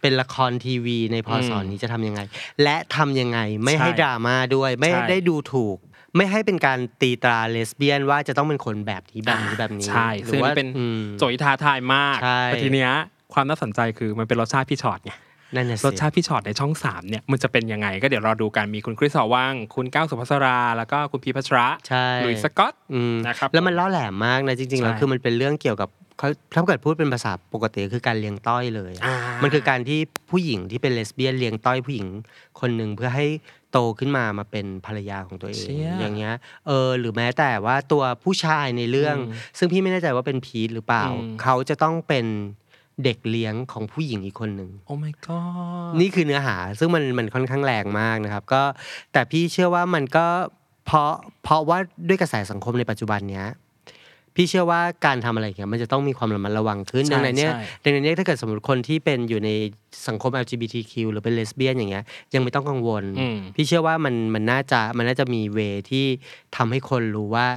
Speaker 3: เป็นละครทีวีในพศ
Speaker 2: อืม
Speaker 3: นี้จะทำยังไง และทำยังไงไม่
Speaker 2: ใช่
Speaker 3: ให้ดราม่าด้วยไม่
Speaker 2: ใช่
Speaker 3: ได้ดูถูก ไม่ให้เป็นการตีตราเลสเบี้ยนว่าจะต้องเป็นคนแบบนี้แบบนี้แบบนี้
Speaker 2: ใช่
Speaker 3: หรื
Speaker 2: ซึ่ง
Speaker 3: อว่า
Speaker 2: มันเป็น
Speaker 3: อืม
Speaker 2: โจทย์ที่ท้าทายมาก
Speaker 3: ใช่
Speaker 2: แต่ทีเนี้ยความน่าสนใจคือมันเป็นรสชาติพี่ชอตไง
Speaker 3: นั่นน่ะ
Speaker 2: ร
Speaker 3: สิ
Speaker 2: สชาติพี่ช็อตในช่อง 3 เนี่ย มันจะเป็นยังไง ก็เดี๋ยวรอดูกัน มีคุณคริสหอวัง คุณก้าวสุภัสรา แล้วก็คุณพีพัชระ
Speaker 3: ใช่
Speaker 2: หลุยส์สกอต
Speaker 3: อืม
Speaker 2: นะครับ
Speaker 3: แล้วมันล่อแหลมมากนะจริงๆแล้ว
Speaker 2: ใช่
Speaker 3: คือมันเป็นเรื่องเกี่ยวกับเขาถ้าเกิดพูดเป็นภาษาปกติคือการเลี้ยงต้อยเลยอะ
Speaker 2: อ่า
Speaker 3: มันคือการที่ผู้หญิงที่เป็นเลสเบี้ยนเลี้ยงต้อยผู้หญิงคนหนึ่งเพื่อให้โตขึ้นมามาเป็นภรรยาของตัวเอง
Speaker 2: เชี่ย
Speaker 3: อย่างเงี้ยเออหรือแม้แต่ว่าตัวผู้ชายในเรื่อง
Speaker 2: อืม
Speaker 3: ซึ่งพี่ไม่แน่ใจว่าเป็นพีทหรือเปล่า
Speaker 2: อืม
Speaker 3: เขาจะต้องเป็นเด็กเลี้ยงของผู้หญิงอีกคนหนึ่ง
Speaker 2: โอ้ my god
Speaker 3: นี่คือเนื้อหาซึ่งมันมันค่อนข้างแรงมากนะครับก็แต่พี่เชื่อว่ามันก็เพราะเพราะว่าด้วยกระแสสังคมในปัจจุบันเนี้ยพี่เชื่อว่าการทำอะไรอย่างเงี้ยมันจะต้องมีความระมัดระวังขึ้น
Speaker 2: ใช่
Speaker 3: ดังนั้นเนี่ย
Speaker 2: ใช่
Speaker 3: ดังนั้นเนี่ยถ้าเกิดสมมติคนที่เป็นอยู่ในสังคม LGBTQ หรือเป็นเลสเบี้ยนอย่างเงี้ยยังไม่ต้องกังวล
Speaker 2: อืม
Speaker 3: พี่เชื่อว่ามันมันน่าจะมันน่าจะมีเวที่ทำให้คนรู้ว่า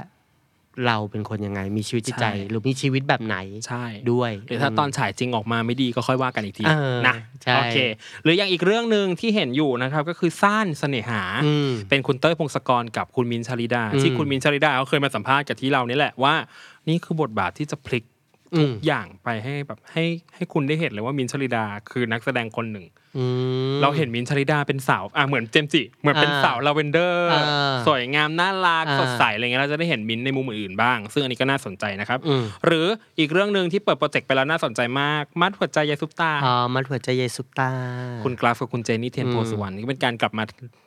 Speaker 3: เราเป็นคนยังไงมีชีวิตจิตใจ
Speaker 2: ใช่
Speaker 3: หรือมีชีวิตแบบไหน
Speaker 2: ใช่
Speaker 3: ด้วย
Speaker 2: หรือถ้าตอนฉายจริงออกมาไม่ดีก็ค่อยว่ากันอีกที
Speaker 3: เออ
Speaker 2: นะ
Speaker 3: ใช่
Speaker 2: โอเค หรืออย่างอีกเรื่องหนึ่งที่เห็นอยู่นะครับ ก็คือซ่านเสน่หา
Speaker 3: อืม
Speaker 2: เป็นคุณเต้ยพงศกรกับคุณมินท์ชาลิดา
Speaker 3: อืม
Speaker 2: ที่คุณมินท์ชาลิดาเขาเคยมาสัมภาษณ์กับที่เรานี่แหละว่า นี่คือบทบาทที่จะพลิก
Speaker 3: อืม
Speaker 2: อย่างไปให้แบบให้ให้คุณได้เห็นเลยว่ามินท์ชาลิดา คือนักแสดงคนหนึ่ง
Speaker 3: อืม
Speaker 2: เราเห็นมินท์ชลิดาเป็นสาวอ่ะเหมือนเจมส์จิเหมือนเป็น
Speaker 3: อ่า
Speaker 2: สาวลาเวนเดอร์
Speaker 3: อ่า
Speaker 2: สวยงามน่ารัก
Speaker 3: อ่า
Speaker 2: สดใสอะไรเงี้ยเราจะได้เห็นมินท์ในมุมอื่นๆบ้าง ซึ่งอันนี้ก็น่าสนใจนะครับ
Speaker 3: อืม
Speaker 2: หรืออีกเรื่องหนึ่งที่เปิดโปรเจกต์ไปแล้วน่าสนใจมาก มัดหัวใจยายซุปตา
Speaker 3: อ๋อมัดหัวใจยายซุปตา
Speaker 2: คุณกราฟกับคุณเจนนี่เทียนโพ
Speaker 3: อืม
Speaker 2: สุวรรณนี่ก็เป็นการกลับมา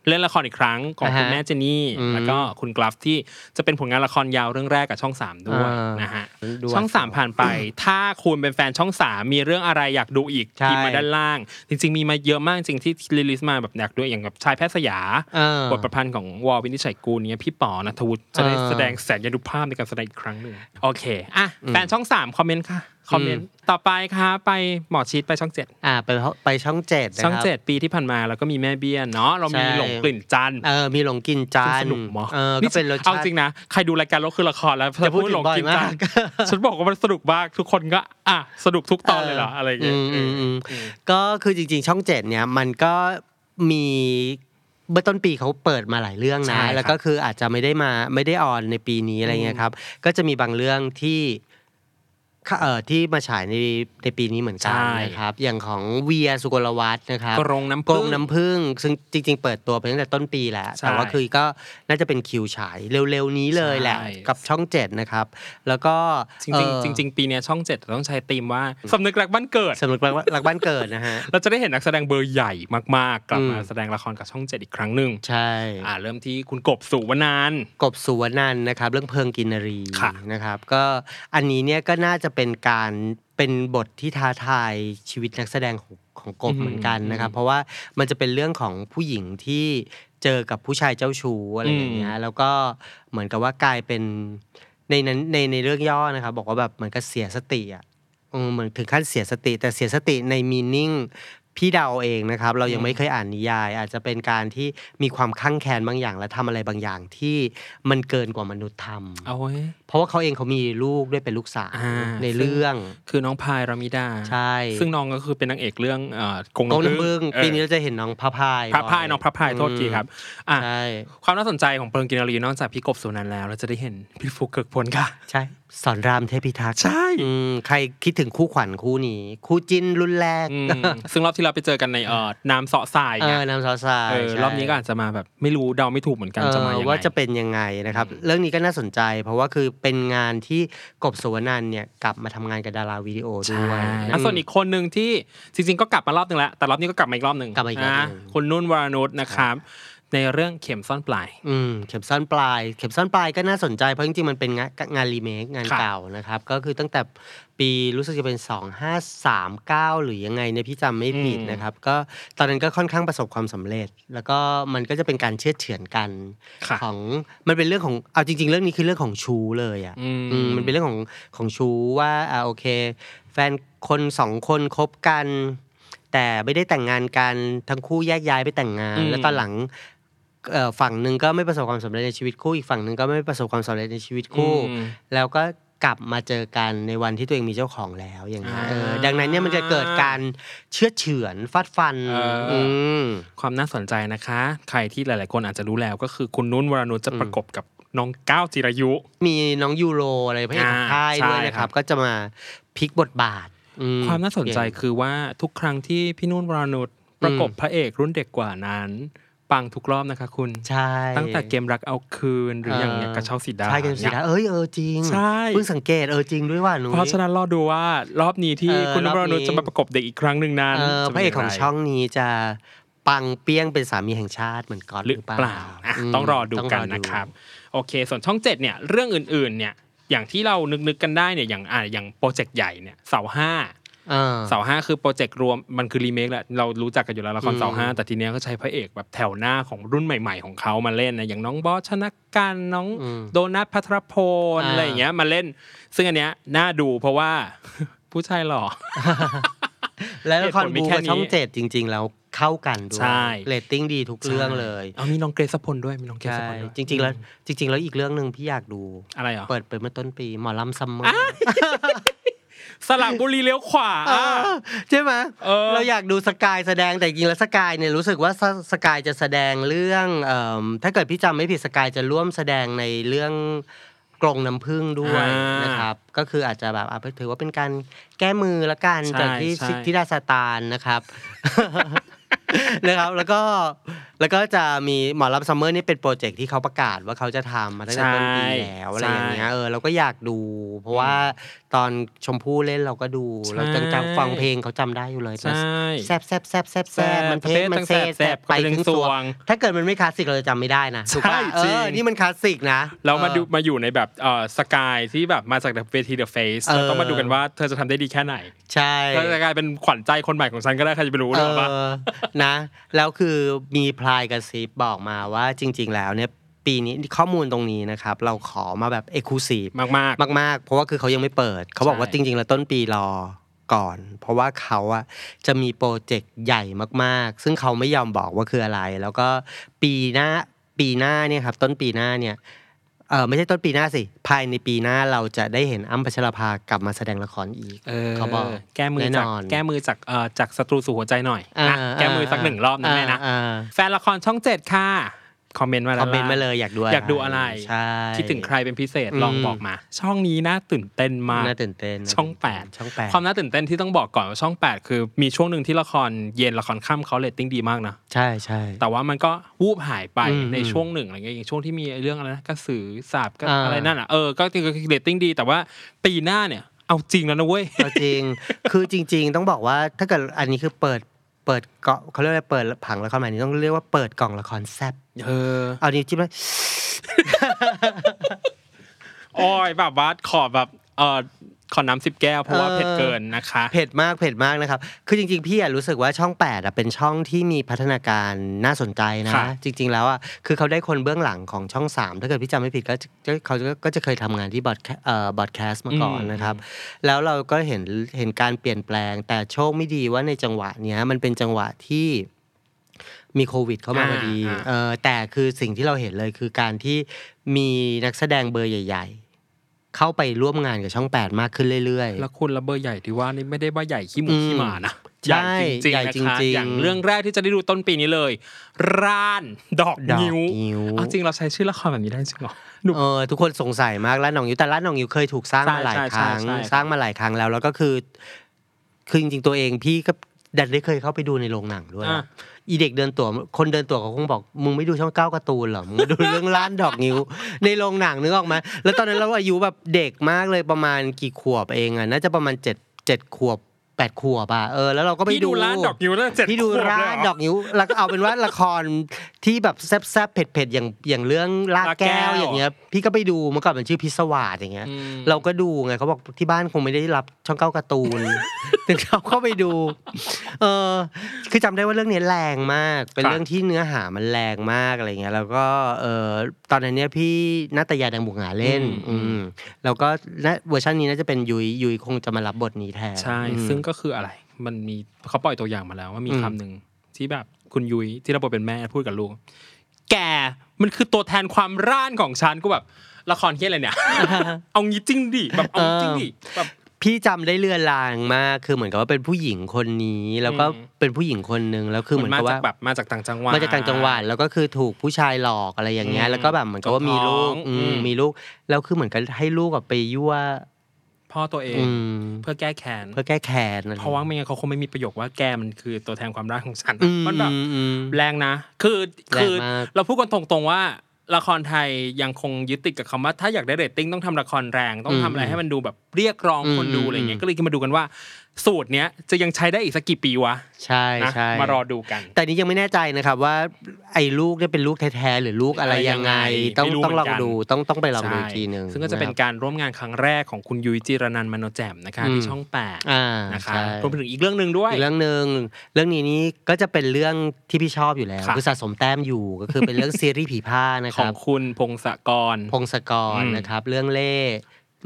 Speaker 2: เล่นละครอีกครั้งของ
Speaker 3: อ่าฮะ
Speaker 2: คุณแม่เจนนี่
Speaker 3: อืม
Speaker 2: แล้วก็คุณกราฟที่จะเป็นผลงานละครยาวเรื่องแรกกับช่อง 3 ด้วย
Speaker 3: อ่าน
Speaker 2: นะฮะ
Speaker 3: ดู
Speaker 2: ช่อง 3 ผ่านไป ถ้าคุณเป็นแฟนช่อง 3 มีเรื่องอะไรอยากดูอีก
Speaker 3: ใช่
Speaker 2: พิมพ์มาด้านล่าง จริง ๆ มีมาเยอะมากจริงที่รีลิสมาแบบอยากดูอย่างแบบชายแพทย์สยา
Speaker 3: เออ
Speaker 2: บทประพันธ์ของวอลวินิจฉัยกูลเนี้ยพี่ป๋อนัทวุฒิจะได้
Speaker 3: อ่า
Speaker 2: แสดงแสงยานุภาพในการแสดงอีกครั้งหนึ่งโอเคอ่ะแฟนช่องสามคอมเมนต์ค่ะคอมเมนต์ต่อไปค่ะไปหมอชิดไปช่องเจ็ด
Speaker 3: อ่าไปเพราะไปช่องเจ็ดนะครับ
Speaker 2: ช่องเจ็ดปีที่ผ่านมาเราก็มีแม่เบี้ยเนาะเรามี
Speaker 3: ใช่
Speaker 2: หลงกลิ่นจันทร์
Speaker 3: เออมีหลงกินจาน
Speaker 2: ซึ่งสนุกมั้ย
Speaker 3: เออก็เป็นรส
Speaker 2: เอา
Speaker 3: ชาติ
Speaker 2: จริงนะ ใครดูรายการโลกคือละครแล้ว
Speaker 3: จะพูดถึง
Speaker 2: หลงกินจันทร์
Speaker 3: บ่อย มาก
Speaker 2: ฉันบอกว่ามันสนุกมากทุกคนก็ อ่ะสนุกทุกตอนเลยเหรออะไรอย่างเงี้ย
Speaker 3: มอืม
Speaker 2: เอ
Speaker 3: อื
Speaker 2: อ
Speaker 3: มก็คือจริง ๆ ช่องเจ็ดเนี่ยมันก็มีเมื่อต้นปีเขาเปิดมาหลายเรื่องนะ
Speaker 2: ใช่ครับ
Speaker 3: แล้วก็คืออาจจะไม่ได้มาไม่ได้ออนในปีนี้อะไรเงี้ยครับ ก็จะมีบางเรื่องที่ ค่ะเอ่อที่มาฉายในในปีนี้เหมือนกัน
Speaker 2: ใช่
Speaker 3: นะครับ อย่างของเวียสุกลวัฒน์นะครับ
Speaker 2: กรงน้ำ
Speaker 3: ก
Speaker 2: ผึ้
Speaker 3: งน้ำผึ้งซึ่งจริง ๆ เปิดตัวไปตั้งแต่ต้นปีแล้ว
Speaker 2: ใช่
Speaker 3: แต่ว่าคือก็น่าจะเป็นคิวฉายเร็วๆนี้เลยแหละ
Speaker 2: ใช่
Speaker 3: กับช่องเจ็ดนะครับ แล้วก็
Speaker 2: จริง
Speaker 3: เอ่อ
Speaker 2: ๆจริงๆปีเนี้ยช่องเจ็ดต้องใช้ธีมว่าสำนึกรักบ้านเกิด
Speaker 3: สำนึกรักบ้านเกิดนะ ฮะ
Speaker 2: เราจะได้เห็นนักแสดงเบอร์ใหญ่มากๆ กลับมา
Speaker 3: อืม
Speaker 2: แสดงละครกับช่องเจ็ดอีกครั้งหนึ่ง
Speaker 3: ใช่
Speaker 2: อ่าเริ่มที่คุณกบสุวนานท์
Speaker 3: กบสุวนันท์นะครับ เรื่องเพลิงกินนรี
Speaker 2: ค่ะ
Speaker 3: นะครับ ก็อันนี้เนี่ยก็น่าจะเป็นการเป็นบทที่ท้าทายชีวิตนักแสดงของของกบ
Speaker 2: อืม
Speaker 3: เหมือนกันนะครับ
Speaker 2: อืม
Speaker 3: เพราะว่ามันจะเป็นเรื่องของผู้หญิงที่เจอกับผู้ชายเจ้าชู้อะไรอย่างเงี้ยแล้วก็เหมือนกับว่ากลายเป็นในนั้นในในเรื่องย่อนะครับ บอกว่าแบบเหมือนกับเสียสติอ่ะอืมเหมือนถึงขั้นเสียสติ แต่เสียสติในมีนิ่งพี่เดาเองนะครับ เรายั
Speaker 2: อื
Speaker 3: ง
Speaker 2: ม
Speaker 3: ไม่เคยอ่านนิยาย อาจจะเป็นการที่มีความข้างแค้นบางอย่าง และทำอะไรบางอย่างที่มันเกินกว่ามนุษย์ทำ
Speaker 2: เอาเว้ย
Speaker 3: เพราะว่าเขาเองเขามีลูกด้วยเป็นลูกสาว
Speaker 2: อ่า
Speaker 3: ในเรื่อง
Speaker 2: คือน้องพายรามิดา
Speaker 3: ใช่
Speaker 2: ซึ่งน้องก็คือเป็นนางเอกเรื่องเอ่อกง
Speaker 3: กอง
Speaker 2: น้ำ
Speaker 3: น้ำบึ้ง
Speaker 2: เออ
Speaker 3: ปีนี้เราจะเห็นน้องพระพาย
Speaker 2: พระพาย
Speaker 3: บ่
Speaker 2: น้องพระพายโทษทีครับอ่ะ
Speaker 3: ใช่
Speaker 2: ความน่าสนใจของเพลิงกินนารีนอกจากพี่กบสุนันท์แล้ว เราจะได้เห็น พี่ฟุกเกิกพลค่ะ
Speaker 3: ใช่สอนรามเทพิทักษ์
Speaker 2: ใช่
Speaker 3: อืมใครคิดถึงคู่ขวัญคู่นี้ คู่จิ้นรุ่นแรก
Speaker 2: อืมซึ่งรอบที่เราไปเจอกันในเอ่อน้ำเสาะทราย
Speaker 3: เอ
Speaker 2: ไง
Speaker 3: อนำสาวสาย
Speaker 2: เออ
Speaker 3: ใช่
Speaker 2: รอบนี้ก็อาจจะมาแบบไม่รู้เดาไม่ถูกเหมือนกันจะมา
Speaker 3: เอ่อ
Speaker 2: ยังไง
Speaker 3: ว่าจะเป็นยังไงนะครับ เรื่องนี้ก็น่าสนใจ เพราะว่าคือเป็นงานที่กบสุวนันท์เนี่ยกลับมาทำงานกับดาราวิดีโอด้วยนะ
Speaker 2: อ่ะส่วนอีกคนหนึ่งที่จริงๆ ก็กลับมารอบหนึ่งแล้ว แต่รอบนี้ก็กลับมาอีกรอบหนึ่ง
Speaker 3: กลับมาอีกรอบหนึ่ง
Speaker 2: คุณนุ่นวรนุชนะครับ ในเรื่องเข็มซ่อนปลาย
Speaker 3: อืมเข็มซ่อนปลาย เข็มซ่อนปลายก็น่าสนใจเพราะจริงๆมันเป็นงานงานรีเมคงาน
Speaker 2: ครับ
Speaker 3: เก่านะครับ ก็คือตั้งแต่ปีรู้สึกจะเป็น 2539 หรือยังไงเนี่ยพี่จำไม่ผิดนะครับ ก็ตอนนั้นก็ค่อนข้างประสบความสำเร็จ แล้วก็มันก็จะเป็นการเชื่อดเฉือนกัน
Speaker 2: ค่ะ
Speaker 3: ของมันเป็นเรื่องของเอาจริง ๆ เรื่องนี้คือเรื่องของชูเลยอ่ะ
Speaker 2: อืม
Speaker 3: อืมมันเป็นเรื่องของของชูว่าอ่าโอเค แฟนคนสองคนคบกัน แต่ไม่ได้แต่งงานกันทั้งคู่แยกย้ายไปแต่งงาน
Speaker 2: อืม
Speaker 3: แล้วตอนหลังเอ่อฝั่งหนึ่งก็ไม่ประสบความสำเร็จในชีวิตคู่อีกฝั่งหนึ่งก็ไม่ประสบความสำเร็จในชีวิตคู่
Speaker 2: อืม
Speaker 3: แล้วก็กลับมาเจอกันในวันที่ตัวเองมีเจ้าของแล้วอย่างเงี้ยเออ
Speaker 2: อ่า
Speaker 3: ดังนั้นเนี่ยมันจะเกิดการเชื่อดเฉือนฟาดฟัน
Speaker 2: เอออื
Speaker 3: ม
Speaker 2: ความน่าสนใจนะคะ ใครที่หลายๆคนอาจจะรู้แล้วก็คือคุณนุ่นวรนุชจะประกบกับน้องก้าวจิรายุ
Speaker 3: มีน้องยูโรอะไรพระเอกของ
Speaker 2: อ่า
Speaker 3: ค่ายด้วย
Speaker 2: ใช่
Speaker 3: นะ
Speaker 2: ค
Speaker 3: ค
Speaker 2: รั
Speaker 3: รับ บ ก็จะมาพลิกบทบาทอื
Speaker 2: ความน่าสนใจคือว่าทุกครั้งที่พี่นุ่นวรนุชประกบพระเอกรุ่นเด็กกว่านั้น ปังทุกรอบนะคะคุณ
Speaker 3: ใช่
Speaker 2: ตั้งแต่เกมรักเอาคืนหรืออย่างเงี้ยกระเช้าสีดา
Speaker 3: ใช่กันสีดาเอ้ยเออจริง
Speaker 2: ใช่
Speaker 3: เพิ่งสังเกตเออจริงด้วยว่าหนู
Speaker 2: เพราะฉะนั้นรอดูว่ารอบนี้ที่
Speaker 3: เออ
Speaker 2: คุณนุ่นวรนุ
Speaker 3: รอ
Speaker 2: ช
Speaker 3: บนี้
Speaker 2: จะมาประกบเด็กอีกครั้งหนึ่งนั้น
Speaker 3: เออ
Speaker 2: จ
Speaker 3: พระเอกของ
Speaker 2: ป็นย่าไร
Speaker 3: ช่องนี้จะปังเปี้ยงเป็นสามีแห่งชาติเหมือนก๊อต
Speaker 2: ห
Speaker 3: ห
Speaker 2: รือ
Speaker 3: รือ
Speaker 2: เป
Speaker 3: เปล่า
Speaker 2: ล่าอ่ะ
Speaker 3: ม
Speaker 2: ต้องรอดู
Speaker 3: ต้ง
Speaker 2: กันนะครับ โอเค ส่วนช่อง 7 เนี่ย เรื่องอื่นๆ เนี่ย อย่างที่เรานึกๆ กันได้เนี่ย อย่างอ่ะอย่างโปรเจกต์ใหญ่เนี่ย เสาห้า
Speaker 3: เออ
Speaker 2: เสาห้าคือโปรเจกต์รวม มันคือรีเมคแหละ เรารู้จักกันอยู่แล้วละครเสาห้า แต่ทีเนี้ยก็ใช้พระเอกแบบแถวหน้าของรุ่นใหม่ ๆ ของเขามาเล่นนะ อย่างน้องบอสชนะการน้อง
Speaker 3: อืม
Speaker 2: โดนัทพัทรพล
Speaker 3: อ่า
Speaker 2: อะไรอย่างเงี้ย มาเล่น ซึ่งอันเนี้ยน่าดูเพราะ ว่า ผู้ชายหล่อ
Speaker 3: แล้วละคร
Speaker 2: เหตุผลมี
Speaker 3: บู
Speaker 2: แค่
Speaker 3: กับช่อง
Speaker 2: นี้
Speaker 3: เจ็ดจริง ๆ แล้วเข้ากันด้วย
Speaker 2: ใช่
Speaker 3: เรตติ้งดีทุกเรื่องเลย
Speaker 2: เอามีน้องเกรซพลด้วย มีน้องเกรซ
Speaker 3: ใช่
Speaker 2: พลด้วย
Speaker 3: จริง ๆ แล้วจริง ๆ แล้วอีกเรื่องหนึ่งพี่อยากดู
Speaker 2: อะไรเหรอ
Speaker 3: เปิดไปเมื่อต้นปีหมอลำซัมเมอร์
Speaker 2: สลับบุรีเลี้ยวขวา อ่ะ
Speaker 3: เออใช่ไหม
Speaker 2: เออ
Speaker 3: เราอยากดูสกายแสดงแต่จริงแล้วสกายเนี่ยรู้สึกว่าสสกายจะแสดงเรื่องเอิ่มถ้าเกิดพี่จำไม่ผิดสกายจะร่วมแสดงในเรื่องกรงน้ำผึ้งด้วย
Speaker 2: อ่าน
Speaker 3: นะครับ ก็คืออาจจะแบบอ่ะถือว่าเป็นการแก้มือละกัน
Speaker 2: ใช่
Speaker 3: จากที่
Speaker 2: ใช่
Speaker 3: สิทธิดาสตานนะครับ นะครับแล้วก็แล้วก็จะมีหมอรับซัมเมอร์นี่เป็นโปรเจกต์ที่เขาประกาศว่าเขาจะทำมาตั้งแต่ต้นปีแล้วอะไรอย่างเงี้ย เออเราก็อยากดูเพราะว่าตอนชมพู่เล่นเราก็ดู
Speaker 2: ใช่
Speaker 3: เราจังจำฟังเพลงเขาจำได้อยู่เลย
Speaker 2: ใช่
Speaker 3: แซบแซบแซบแซบแซบมันเพลงมันเซแซบไปถึงสวง ถ้าเกิดมันไม่คลาสสิกเราจะจำไม่ได้นะถูก
Speaker 2: ใช่
Speaker 3: ป่ะเอ
Speaker 2: จริง
Speaker 3: อนี่มันคลาสสิกนะ
Speaker 2: แล้วมาดู
Speaker 3: เออ
Speaker 2: มาอยู่ในแบบเอ่อสกายที่แบบมาจากเวที The Face
Speaker 3: เออ
Speaker 2: เราต้องมาดูกันว่าเธอจะทำได้ดีแค่ไหน
Speaker 3: ใช่
Speaker 2: เธอจะกลายเป็นขวัญใจคนใหม่ของฉันก็ได้ใครจะไปรู้ห
Speaker 3: เอ
Speaker 2: รือเปล่า
Speaker 3: อ นะ แล้วคือมีพลายกระซิบบอกมาว่าจริง ๆ แล้วเนี่ยปีนี้ข้อมูลตรงนี้นะครับ เราขอมาแบบเอกลูซีฟ
Speaker 2: มากมาก
Speaker 3: มากๆ เพราะว่าคือเขายังไม่เปิด เขาบอกว่า
Speaker 2: ใช่
Speaker 3: จริง ๆ แล้วต้นปีรอก่อน เพราะว่าเขาอะจะมีโปรเจกต์ใหญ่มากๆ ซึ่งเขาไม่ยอมบอกว่าคืออะไร แล้วก็ปีหน้าปีหน้าเนี่ยครับต้นปีหน้าเนี่ยเออไม่ใช่ต้นปีหน้าสิภายในปีหน้าเราจะได้เห็นอ้ำพัชราภากลับมาแสดงละครอีก
Speaker 2: เออ
Speaker 3: เขาบอก
Speaker 2: แก้มือ
Speaker 3: แน่น
Speaker 2: จาก
Speaker 3: อน
Speaker 2: แก้มือจากเอ่อจากศัตรูสู่หัวใจหน่อย
Speaker 3: า
Speaker 2: นะแก้มือสักหนึ่งรอบนะแม่นะ
Speaker 3: อ่า
Speaker 2: แฟนละครช่องเจ็ดค่ะ คอมเมนต์มา
Speaker 3: ค
Speaker 2: แล้
Speaker 3: อ
Speaker 2: ว
Speaker 3: มเมนต์มาเลยอยากดู
Speaker 2: อยากดูอะไร
Speaker 3: ใช่
Speaker 2: คิดถึงใครเป็นพิเศษ
Speaker 3: อืม
Speaker 2: ลองบอกมา ช่องนี้น่าตื่นเต้นมาก
Speaker 3: น่าตื่นเต้น
Speaker 2: ช่องแปด
Speaker 3: ช่องแปด
Speaker 2: ความน่าตื่นเต้นที่ต้องบอกก่อนว่าช่อง 8 คือมีช่วงหนึ่งที่ละครเย็นละครค่ำเขาเรตติ้งดีมากนะ
Speaker 3: ใช่ใช่
Speaker 2: แต่ว่ามันก็วูบหายไป
Speaker 3: อืม
Speaker 2: ในช่วงหนึ่งอะไรเงี้ยอย่างช่วงที่มีเรื่องอะไรนะกระสือสาบก็
Speaker 3: อ่า
Speaker 2: อะไรนั่นอ่ะเออก็คือเรตติ้งดี แต่ว่าปีหน้าเนี่ยเอาจริงแล้วนะเว้ย
Speaker 3: เอาจริง คือจริง ๆ ต้องบอกว่าถ้าเกิดอันนี้คือเปิดเปิดเกาะเขาเรียกอะไรเปิดผังละครใหม่นี้ต้องเรียกว่าเปิดกล่องละครแซบ
Speaker 2: เออ
Speaker 3: เอานี้วจิ้มเลย
Speaker 2: อ้อยแบบว่าขอแบบเออขอน้ำสิบแก้วเพราะว่า
Speaker 3: เออ
Speaker 2: เผ็ดเกินนะคะ
Speaker 3: เผ็ดมากเผ็ดมากนะครับ คือจริงๆ พี่อะรู้สึกว่าช่อง8อะเป็นช่องที่มีพัฒนาการน่าสนใจนะ จริง ๆ แล้วอะคือเขาได้คนเบื้องหลังของช่อง 3 ถ้าเกิดพี่จำไม่ผิดก็จะเขาก็จะเคยทำงานที่บอดเอ่อบอดแคสต์มาก่อนนะครับ แล้วเราก็เห็นเห็นการเปลี่ยนแปลง แต่โชคไม่ดีว่าในจังหวะเนี้ยมันเป็นจังหวะที่มีโควิดเข้ามาพอดีเออแต่คือสิ่งที่เราเห็นเลยคือการที่มีนักแสดงเบอร์ใหญ่ ๆ เข้าไปร่วมงานกับช่อง 8 มากขึ้นเรื่อยๆ
Speaker 2: แล้วคุณระเบอร์ใหญ่ที่ว่านี่ไม่ได้ว่าใหญ่ขี้หมู
Speaker 3: อืม
Speaker 2: ขี้หมานะ
Speaker 3: ใช่
Speaker 2: ให
Speaker 3: ใหญ่
Speaker 2: ญ่จ
Speaker 3: จ
Speaker 2: ริ
Speaker 3: ริงๆ
Speaker 2: งๆนะคะอย่างเรื่องแรกที่จะได้ดูต้นปีนี้เลย ร้านดอก
Speaker 3: ดอก
Speaker 2: นิ้ว
Speaker 3: นิ้ว
Speaker 2: เอาจริงเราใช้ชื่อละครแบบนี้ได้จริงเหรอ
Speaker 3: เออทุกคนสงสัยมากร้านหนองยูแต่ร้านหนองยูเคยถูกสร้าง
Speaker 2: ใช่
Speaker 3: มาหลาย
Speaker 2: ใช่
Speaker 3: ครั้ง
Speaker 2: ใช่ใช่
Speaker 3: สร้างมาหลายครั้งแล้ว แล้วก็คือ คือจริงๆตัวเองพี่ก็ดันได้เคยเข้าไปดูในโรงหนังด้วย
Speaker 2: อ่ะ
Speaker 3: อีเด็กเดินตั๋วคนเดินตั๋วเขาคงบอกมึงไม่ดูช่องเก้าการ์ตูนเหรอมึงมาดูเรื่องร้านดอก นิ้ว ในโรงหนังนึกออกไหมแล้วตอนนั้นเราอายุแบบเด็กมากเลยประมาณกี่ขวบเองอ่ะน่าจะประมาณเจ็ดเจ็ดขวบแปดขวบอ่ะเออแล้วเราก็ไป
Speaker 2: พี่ดู
Speaker 3: ดู
Speaker 2: ร้านดอกนิ้วตั้งแต่เจ็ด
Speaker 3: ที่ดู
Speaker 2: ขวบเลย
Speaker 3: ร้า
Speaker 2: เ
Speaker 3: นดอกนิ้วแล้วก็เอาเป็นว่า ละครที่แบบแซ่บๆเผ็ดๆอย่างอย่างเรื่องลาก
Speaker 2: ลากแก้
Speaker 3: แก้
Speaker 2: ว
Speaker 3: วอย่างเงี้ย พี่ก็ไปดูเมื่อก่อนมันชื่อพิศวาสอย่างเงี้ย
Speaker 2: อืม
Speaker 3: เราก็ดูไงเขาบอกที่บ้านคงไม่ได้รับช่องเก้าการ์ตูน ถึงเราเข้าไปดู เออคือจำได้ว่าเรื่องนี้แรงมาก เป็น
Speaker 2: ครับ
Speaker 3: เรื่องที่เนื้อหามันแรงมากอะไรเงี้ย แล้วก็เออตอนนั้นเนี่ยพี่นัตยาดังบุกหงาเล่น อืมแล้วก็ณเวอร์ชันนี้น่าจะเป็นยุยยุยคงจะมารับบทนี้แทน
Speaker 2: ใช่
Speaker 3: อืม
Speaker 2: ซึ่งก็คืออะไร มันมีเขาปล่อยตัวอย่างมาแล้วว่ามี
Speaker 3: อืม
Speaker 2: คำหนึ่งที่แบบคุณยุ้ยที่เราบทเป็นแม่พูดกับลูก แกมันคือตัวแทนความร่านของฉันกูแบบละครเที่อะไร เนี่ย เอางี้จริงดิแบบเอาจริงดิแบบ
Speaker 3: พี่จำได้เลือนลางมาก คือเหมือนกับว่าเป็นผู้หญิงคนนี้ แล้วก็
Speaker 2: อืม
Speaker 3: เป็นผู้หญิงคนนึง แล้วคือเหมือน
Speaker 2: มา
Speaker 3: กับ
Speaker 2: จาก
Speaker 3: ว่า
Speaker 2: แบบมาจากต่างจังหวัด
Speaker 3: มาจากต่างจังหวัด แล้วก็คือถูกผู้ชายหลอกอะไรอย่างเงี้
Speaker 2: อื
Speaker 3: ย
Speaker 2: ม
Speaker 3: แล้วก็แบบเหมือนกับว่ามีลู
Speaker 2: จนท้อก ง
Speaker 3: อืม
Speaker 2: อืม
Speaker 3: มีลูก แล้วคือเหมือนกับให้ลูกแบบไปยั่ว
Speaker 2: พ่อตัวเอง
Speaker 3: อืม
Speaker 2: เพื่อแก้แค้น
Speaker 3: เพื่อแก้แค้นอไ
Speaker 2: เพราะว่าไม่งั้นเขาคงไม่มีประโยคว่าแกมันคือตัวแทนความร่านของฉัน
Speaker 3: อืม
Speaker 2: มันแบบ
Speaker 3: อืมอืม
Speaker 2: แรงนะ คือ
Speaker 3: แรงมาก
Speaker 2: คือเราพูดกันตรงๆว่า ละครไทยยังคงยึดติดกับคำว่า ถ้าอยากได้เรตติ้งต้องทำละครแรง ต้องทำอะไรให้มันดูแบบเรียกร้อง
Speaker 3: อืม
Speaker 2: คนดูอะไรเงี้ย
Speaker 3: อืม
Speaker 2: ก็เลยมาดูกันว่า สูตรเนี้ยจะยังใช้ได้อีกสักกี่ปีวะ
Speaker 3: ใช่
Speaker 2: นะ
Speaker 3: ใช่
Speaker 2: มารอดูกัน
Speaker 3: แต่นี้ยังไม่แน่ใจนะครับว่าไอ้ลูกเนี่ยเป็นลูกแท้ๆหรือลูกอะไรยังไง
Speaker 2: ไม่
Speaker 3: ต้อง
Speaker 2: รู้
Speaker 3: ต้องลอง
Speaker 2: เหมือนกัน
Speaker 3: ดูต้องต้องไปลองดู
Speaker 2: ใช่
Speaker 3: อีกทีหนึ่ง
Speaker 2: ซึ่งก็จะเป็น
Speaker 3: ครับ
Speaker 2: การร่วมงานครั้งแรกของคุณยุ้ยจิรนันท์มโนแจ่มนะคะ
Speaker 3: อืม
Speaker 2: ที่ช่องแปด
Speaker 3: อ่า
Speaker 2: นะคะ
Speaker 3: ใช่
Speaker 2: รวมไปถึงอีกเรื่องหนึ่งด้วย
Speaker 3: อีกเรื่องหนึ่งเรื่องนี้นี่ก็จะเป็นเรื่องที่พี่ชอบอยู่แล้ว
Speaker 2: ค่ะ
Speaker 3: คือสะสมแต้มอยู่ก็คือ เป็นเรื่อง ซีรีส์ผีผ้านะ
Speaker 2: ข
Speaker 3: ค
Speaker 2: อ
Speaker 3: รั
Speaker 2: ง
Speaker 3: บ
Speaker 2: คุณพงศกร
Speaker 3: พงศกร
Speaker 2: อืม
Speaker 3: นะครับ เรื่องเล่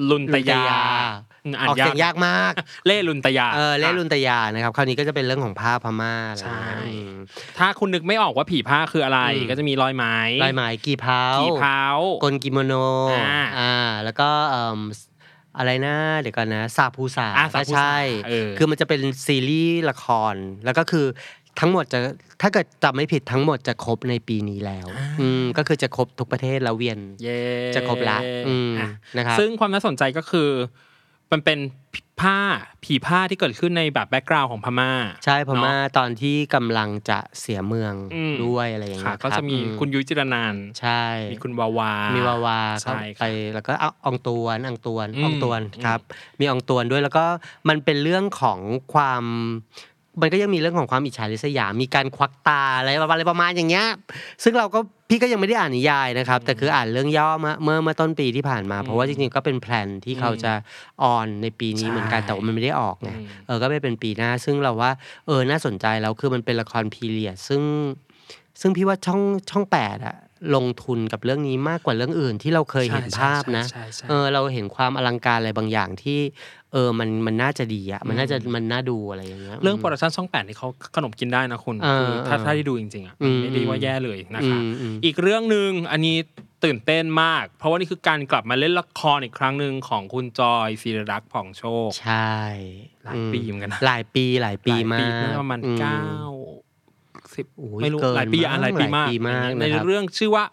Speaker 2: ลุนต
Speaker 3: ลุนต
Speaker 2: ยา
Speaker 3: ยา
Speaker 2: อ่าน
Speaker 3: ออก
Speaker 2: ยา
Speaker 3: เสียง
Speaker 2: ก
Speaker 3: ยากมาก
Speaker 2: เล่ลุนตยา
Speaker 3: เออเล่ลุนตยานะครับ คราวนี้ก็จะเป็นเรื่องของผ้าพม่าอะไรอย่างเงี้ย
Speaker 2: ใช่
Speaker 3: อืม
Speaker 2: ถ้าคุณนึกไม่ออกว่าผีผ้าคืออะไร
Speaker 3: อืม
Speaker 2: ก็จะมีรอยไหม
Speaker 3: ลายไหมกีเพา
Speaker 2: ผีเผา
Speaker 3: กลกิโมโน
Speaker 2: อ่า
Speaker 3: อ่าแล้วก็เอิ่มอะไรนะเดี๋ยวก่อนนะซาภูสา
Speaker 2: อ่าสา
Speaker 3: ก็
Speaker 2: ภูสา
Speaker 3: ใช่
Speaker 2: เออ
Speaker 3: คือมันจะเป็นซีรีส์ละครแล้วก็คือทั้งหมดจะถ้าเกิดจำไม่ผิดทั้งหมดจะครบในปีนี้แล้วอืมก็คือจะครบทุกประเทศแล้วเวียน
Speaker 2: เย่
Speaker 3: จะครบละอืม
Speaker 2: อ่ะ
Speaker 3: นะครับ
Speaker 2: ซึ่งความน่าสนใจก็คือ มันเป็นผ้าผีผ้าที่เกิดขึ้นในแบบแบ็กกราวของพม่า
Speaker 3: ใช่พม่า
Speaker 2: เน
Speaker 3: ตอนที่กำลังจะเสียเมือง
Speaker 2: อืม
Speaker 3: ด้วยอะไรอย่างเงี้
Speaker 2: ค่ะ
Speaker 3: ย
Speaker 2: ก็จะมี
Speaker 3: รับ
Speaker 2: คุณยุ้ยจิรนันท์
Speaker 3: ใช่
Speaker 2: มีคุณวาวา
Speaker 3: มี
Speaker 2: มี
Speaker 3: วาวาเข้า
Speaker 2: ใช่
Speaker 3: ไปแล้วก็เอาอองตวนอังตวน
Speaker 2: อืม
Speaker 3: อองตวน
Speaker 2: อืม
Speaker 3: ครับ มีอองตวนด้วยแล้วก็มันเป็นเรื่องของความ มันก็ยังมีเรื่องของความอิจฉาริษยา มีการควักตาอะไรประมาณอะไรประมาณอย่างเงี้ย ซึ่งเราก็พี่ก็ยังไม่ได้อ่านนิยายนะครับ แต่คืออ่านเรื่องย่อมาเมื่อเมื่อต้นปีที่ผ่านมา เพราะว่าจริงๆก็เป็นแพลนที่เขาจะออนในปีนี้เหมือนกัน
Speaker 2: ใช่
Speaker 3: แต่ว่ามันไม่ได้ออกไง เออก็ไปเป็นปีหน้า ซึ่งเราว่าเออน่าสนใจแล้วคือมันเป็นละครพีเรียดซึ่ง ซึ่งพี่ว่าช่องช่องแปดอะลงทุนกับเรื่องนี้มากกว่าเรื่องอื่นที่เราเคยเห็นภาพนะ
Speaker 2: ใช่ใช่
Speaker 3: เออเราเห็นความอลังการอะไรบางอย่างที่ เออมันมันน่าจะดีอะมันน่าจะมันน่าดูอะไรอย่างเงี้ย
Speaker 2: เรื่องโปรดักชันช่องแปดนี่เขาขนมกินได้นะคุณ
Speaker 3: เออ
Speaker 2: คือถ้า
Speaker 3: เออ
Speaker 2: ถ้าได้ดูจริงๆอ่ะ
Speaker 3: อืม
Speaker 2: ไม่ได้ว่าแย่เลยนะ
Speaker 3: อื
Speaker 2: คะ
Speaker 3: มอืม
Speaker 2: อีกเรื่องหนึ่งอันนี้ตื่นเต้นมาก เพราะว่านี่คือการกลับมาเล่นละครอีกครั้งหนึ่งของคุณจอยศิริรักษ์ผ่องโชค
Speaker 3: ใช่
Speaker 2: หลายปีเหมือนกันนะ
Speaker 3: หลายปีหลายปีมาก
Speaker 2: หลยน่จะประมาณ
Speaker 3: อื
Speaker 2: เก้า สิบ
Speaker 3: โอ้ย
Speaker 2: ไม่รู้
Speaker 3: เกิน
Speaker 2: หลายปีอะ
Speaker 3: มาก
Speaker 2: หลายปีมา
Speaker 3: ห
Speaker 2: ก
Speaker 3: ลายปีมาก
Speaker 2: ใน
Speaker 3: นะครับ
Speaker 2: เรื่องชื่อว่า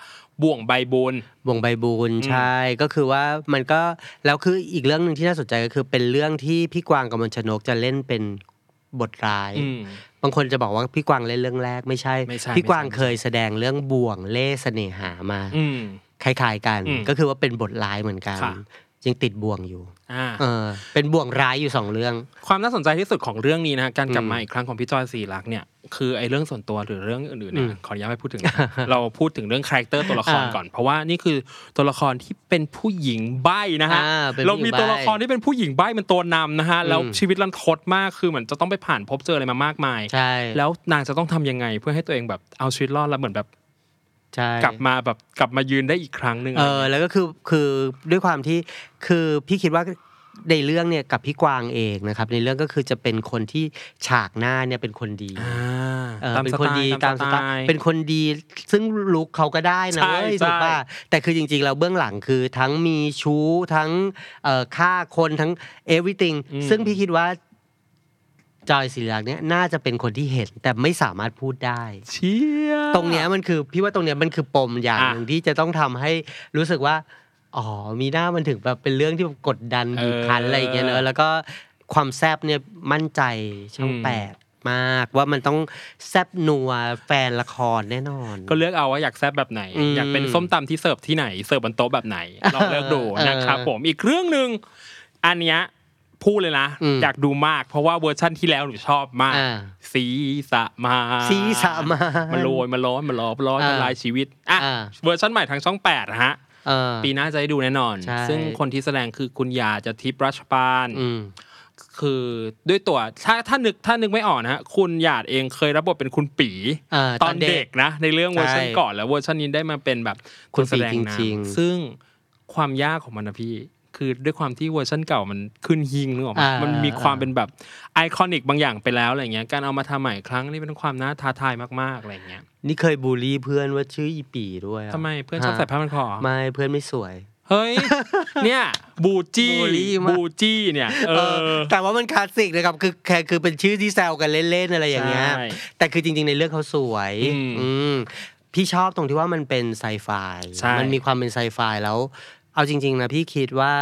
Speaker 2: บ่วงใบบุญ
Speaker 3: วงใบบูนใช่ก็คือว่ามันก็แล้วคืออีกเรื่องหนึ่งที่น่าสนใจก็คือเป็นเรื่องที่พี่กวางกำมลชนกจะเล่นเป็นบทร้าย บางคนจะบอกว่าพี่กวางเล่นเรื่องแรกไม่ใช่
Speaker 2: ไม่ใช่
Speaker 3: พี่กวาง
Speaker 2: ไม่ใช่
Speaker 3: เคยแสดงเรื่องบ่วงเล่ห์เสน่หามา
Speaker 2: อืม
Speaker 3: คล้าย ๆ กัน
Speaker 2: อืม
Speaker 3: ก็คือว่าเป็นบทร้ายเหมือนกัน
Speaker 2: ค่ะ
Speaker 3: ยังติดบ่วงอยู่
Speaker 2: อ่า
Speaker 3: เออ เป็นบ่วงร้ายอยู่สองเรื่อง
Speaker 2: ความน่าสนใจที่สุดของเรื่องนี้นะฮะการกลับ
Speaker 3: อืม
Speaker 2: มาอีกครั้งของพี่จอยสีลักษณ์เนี่ยคือไอ้เรื่องส่วนตัวหรือเรื่องอื่นๆ
Speaker 3: อื
Speaker 2: เน
Speaker 3: ม
Speaker 2: ยขออนุญาตไม่พูดถึงนะ เราพูดถึงเรื่องคาแรคเตอร์ตัวละคร
Speaker 3: อ่า
Speaker 2: ก่อน เพราะว่านี่คือตัวละครที่เป็นผู้หญิงใบ้นะฮะ
Speaker 3: อ่าเป็นผู้หญิง
Speaker 2: เรามีตัวละครที่เป็นผู้หญิงใบ้เป็นตัวนำนะฮะแล้ว
Speaker 3: อืม
Speaker 2: ชีวิตรันทดมากคือเหมือนจะต้องไปผ่านพบเจออะไรมามากมาย
Speaker 3: ใช่
Speaker 2: แล้วนางจะต้องทำยังไงเพื่อให้ตัวเองแบบเอาชีวิตรอดแล้วเหมือนแบบ
Speaker 3: ใช่
Speaker 2: กลับมาแบบกลับมายืนได้อีกครั้งหนึ่ง
Speaker 3: เออแล้วก็คือคือด้วยความที่คือพี่คิดว่าในเรื่องเนี่ยกับพี่กวางเองนะครับ ในเรื่องก็คือจะเป็นคนที่ฉากหน้าเนี่ยเป็นคนดี
Speaker 2: อ่า
Speaker 3: เออ
Speaker 2: ตาม
Speaker 3: เป็น
Speaker 2: ส
Speaker 3: คน
Speaker 2: ไต
Speaker 3: ดี
Speaker 2: ล์
Speaker 3: ตา
Speaker 2: ตาม ม
Speaker 3: ส
Speaker 2: ส
Speaker 3: ไต
Speaker 2: ไต
Speaker 3: ล์
Speaker 2: ล์
Speaker 3: เป็นคนดีซึ่งลุกเขาก็ได้นะ
Speaker 2: ใช่
Speaker 3: เว้ย
Speaker 2: ใช่
Speaker 3: ถูกป่ะแต่คือจริงๆเราเบื้องหลังคือทั้งมีชู้ทั้งเอ่อฆ่าคนทั้ง everything
Speaker 2: อืม
Speaker 3: ซึ่งพี่คิดว่า จอยศิริลักษณ์เนี่ยน่าจะเป็นคนที่เห็น แต่ไม่สามารถพูดได้
Speaker 2: เชีย
Speaker 3: ตรงเนี้ยมันคือพี่ว่าตรงเนี้ยมันคือปมอย่าง
Speaker 2: อ่ะ
Speaker 3: หนึ่งที่จะต้องทำให้รู้สึกว่า อ๋อมีหน้ามันถึงแบบเป็นเรื่องที่แบบกดดัน
Speaker 2: เออ
Speaker 3: บีบคั้นอะไรอย่างเงี้ยเนอะแล้วก็ความแซบเนี่ยมั่นใจช่อง
Speaker 2: อืม
Speaker 3: แปดมากว่ามันต้องแซบนัวแฟนละครแน่นอน
Speaker 2: ก็เลือกเอาว่าอยากแซบแบบไหน
Speaker 3: อืม
Speaker 2: อยากเป็นส้มตำที่เสิร์ฟที่ไหน เสิร์ฟบนโต๊ะแบบไหน เราเลือกดู
Speaker 3: เออ
Speaker 2: นะครับผมอีกเรื่องหนึ่งอันเนี้ยพูดเลยนะ
Speaker 3: อืม
Speaker 2: อยากดูมาก เพราะว่าเวอร์ชั่นที่แล้วหนูชอบมาก
Speaker 3: อ่า
Speaker 2: สีสะมา
Speaker 3: ศีรษะมาน
Speaker 2: โรยมาร้อนมาล้อมร้อน
Speaker 3: อ่า
Speaker 2: ทำลายชีวิตอ่ะ
Speaker 3: อ่า
Speaker 2: เวอร์ชั่นใหม่ทางช่อง8นะฮะ
Speaker 3: เออ
Speaker 2: ปีหน้าจะได้ดูแน่นอน
Speaker 3: ใช่
Speaker 2: ซึ่งคนที่แสดงคือคุณยาจะทิพย์รัชปาน
Speaker 3: อืม
Speaker 2: คือด้วยตัวถ้าถ้านึกถ้านึกไม่ออกนะฮะคุณหยาดเองเคยรับบทเป็นคุณปี
Speaker 3: เออ
Speaker 2: ตอนเด็กนะ ในเรื่องเวอร์ชัน
Speaker 3: ใช่
Speaker 2: ก่อนแล้วเวอร์ชันนี้ได้มาเป็นแบบ
Speaker 3: คุณปี่
Speaker 2: แสดงน
Speaker 3: จริงๆ
Speaker 2: ำซึ่งความยากของมันนะพี่ คือด้วยความที่เวอร์ชันเก่ามันขึ้นฮิงนึกออกไหม
Speaker 3: อ่ามั
Speaker 2: มันมีความเป็นแบบไอคอนิกบางอย่างไปแล้วอะไรเงี้ยการเอามาทำใหม่อีกครั้งนี่เป็นความน่าท้าทายมากๆอะไรเงี้ยี่
Speaker 3: เคยบูลลี่เพื่อนว่าชื่ออีปีด้วยอะ
Speaker 2: ทำไมเพื่อนชอบใส่ผ้าพันคอเหรอ
Speaker 3: ไม่เพื่อนไม่สวย
Speaker 2: เฮ้ย เนี่ยบูจี้
Speaker 3: บูลลี่มาก
Speaker 2: บูจี้เนี่ยเอ
Speaker 3: เอ
Speaker 2: อ
Speaker 3: อแต่ว่ามันคลาสสิกนะครับคือแค่คือเป็นชื่อที่แซวกันเล่นๆอะไรอย่างเงี้ย
Speaker 2: ใช่
Speaker 3: แต่คือจริงๆในเรื่องเขาสวย
Speaker 2: อืม
Speaker 3: อืมพี่ชอบตรงที่ว่ามันเป็นไซไฟ
Speaker 2: ใช่
Speaker 3: มัมีความเป็นไซไฟแล้ว เอาจริง ๆ นะพี่คิดว่า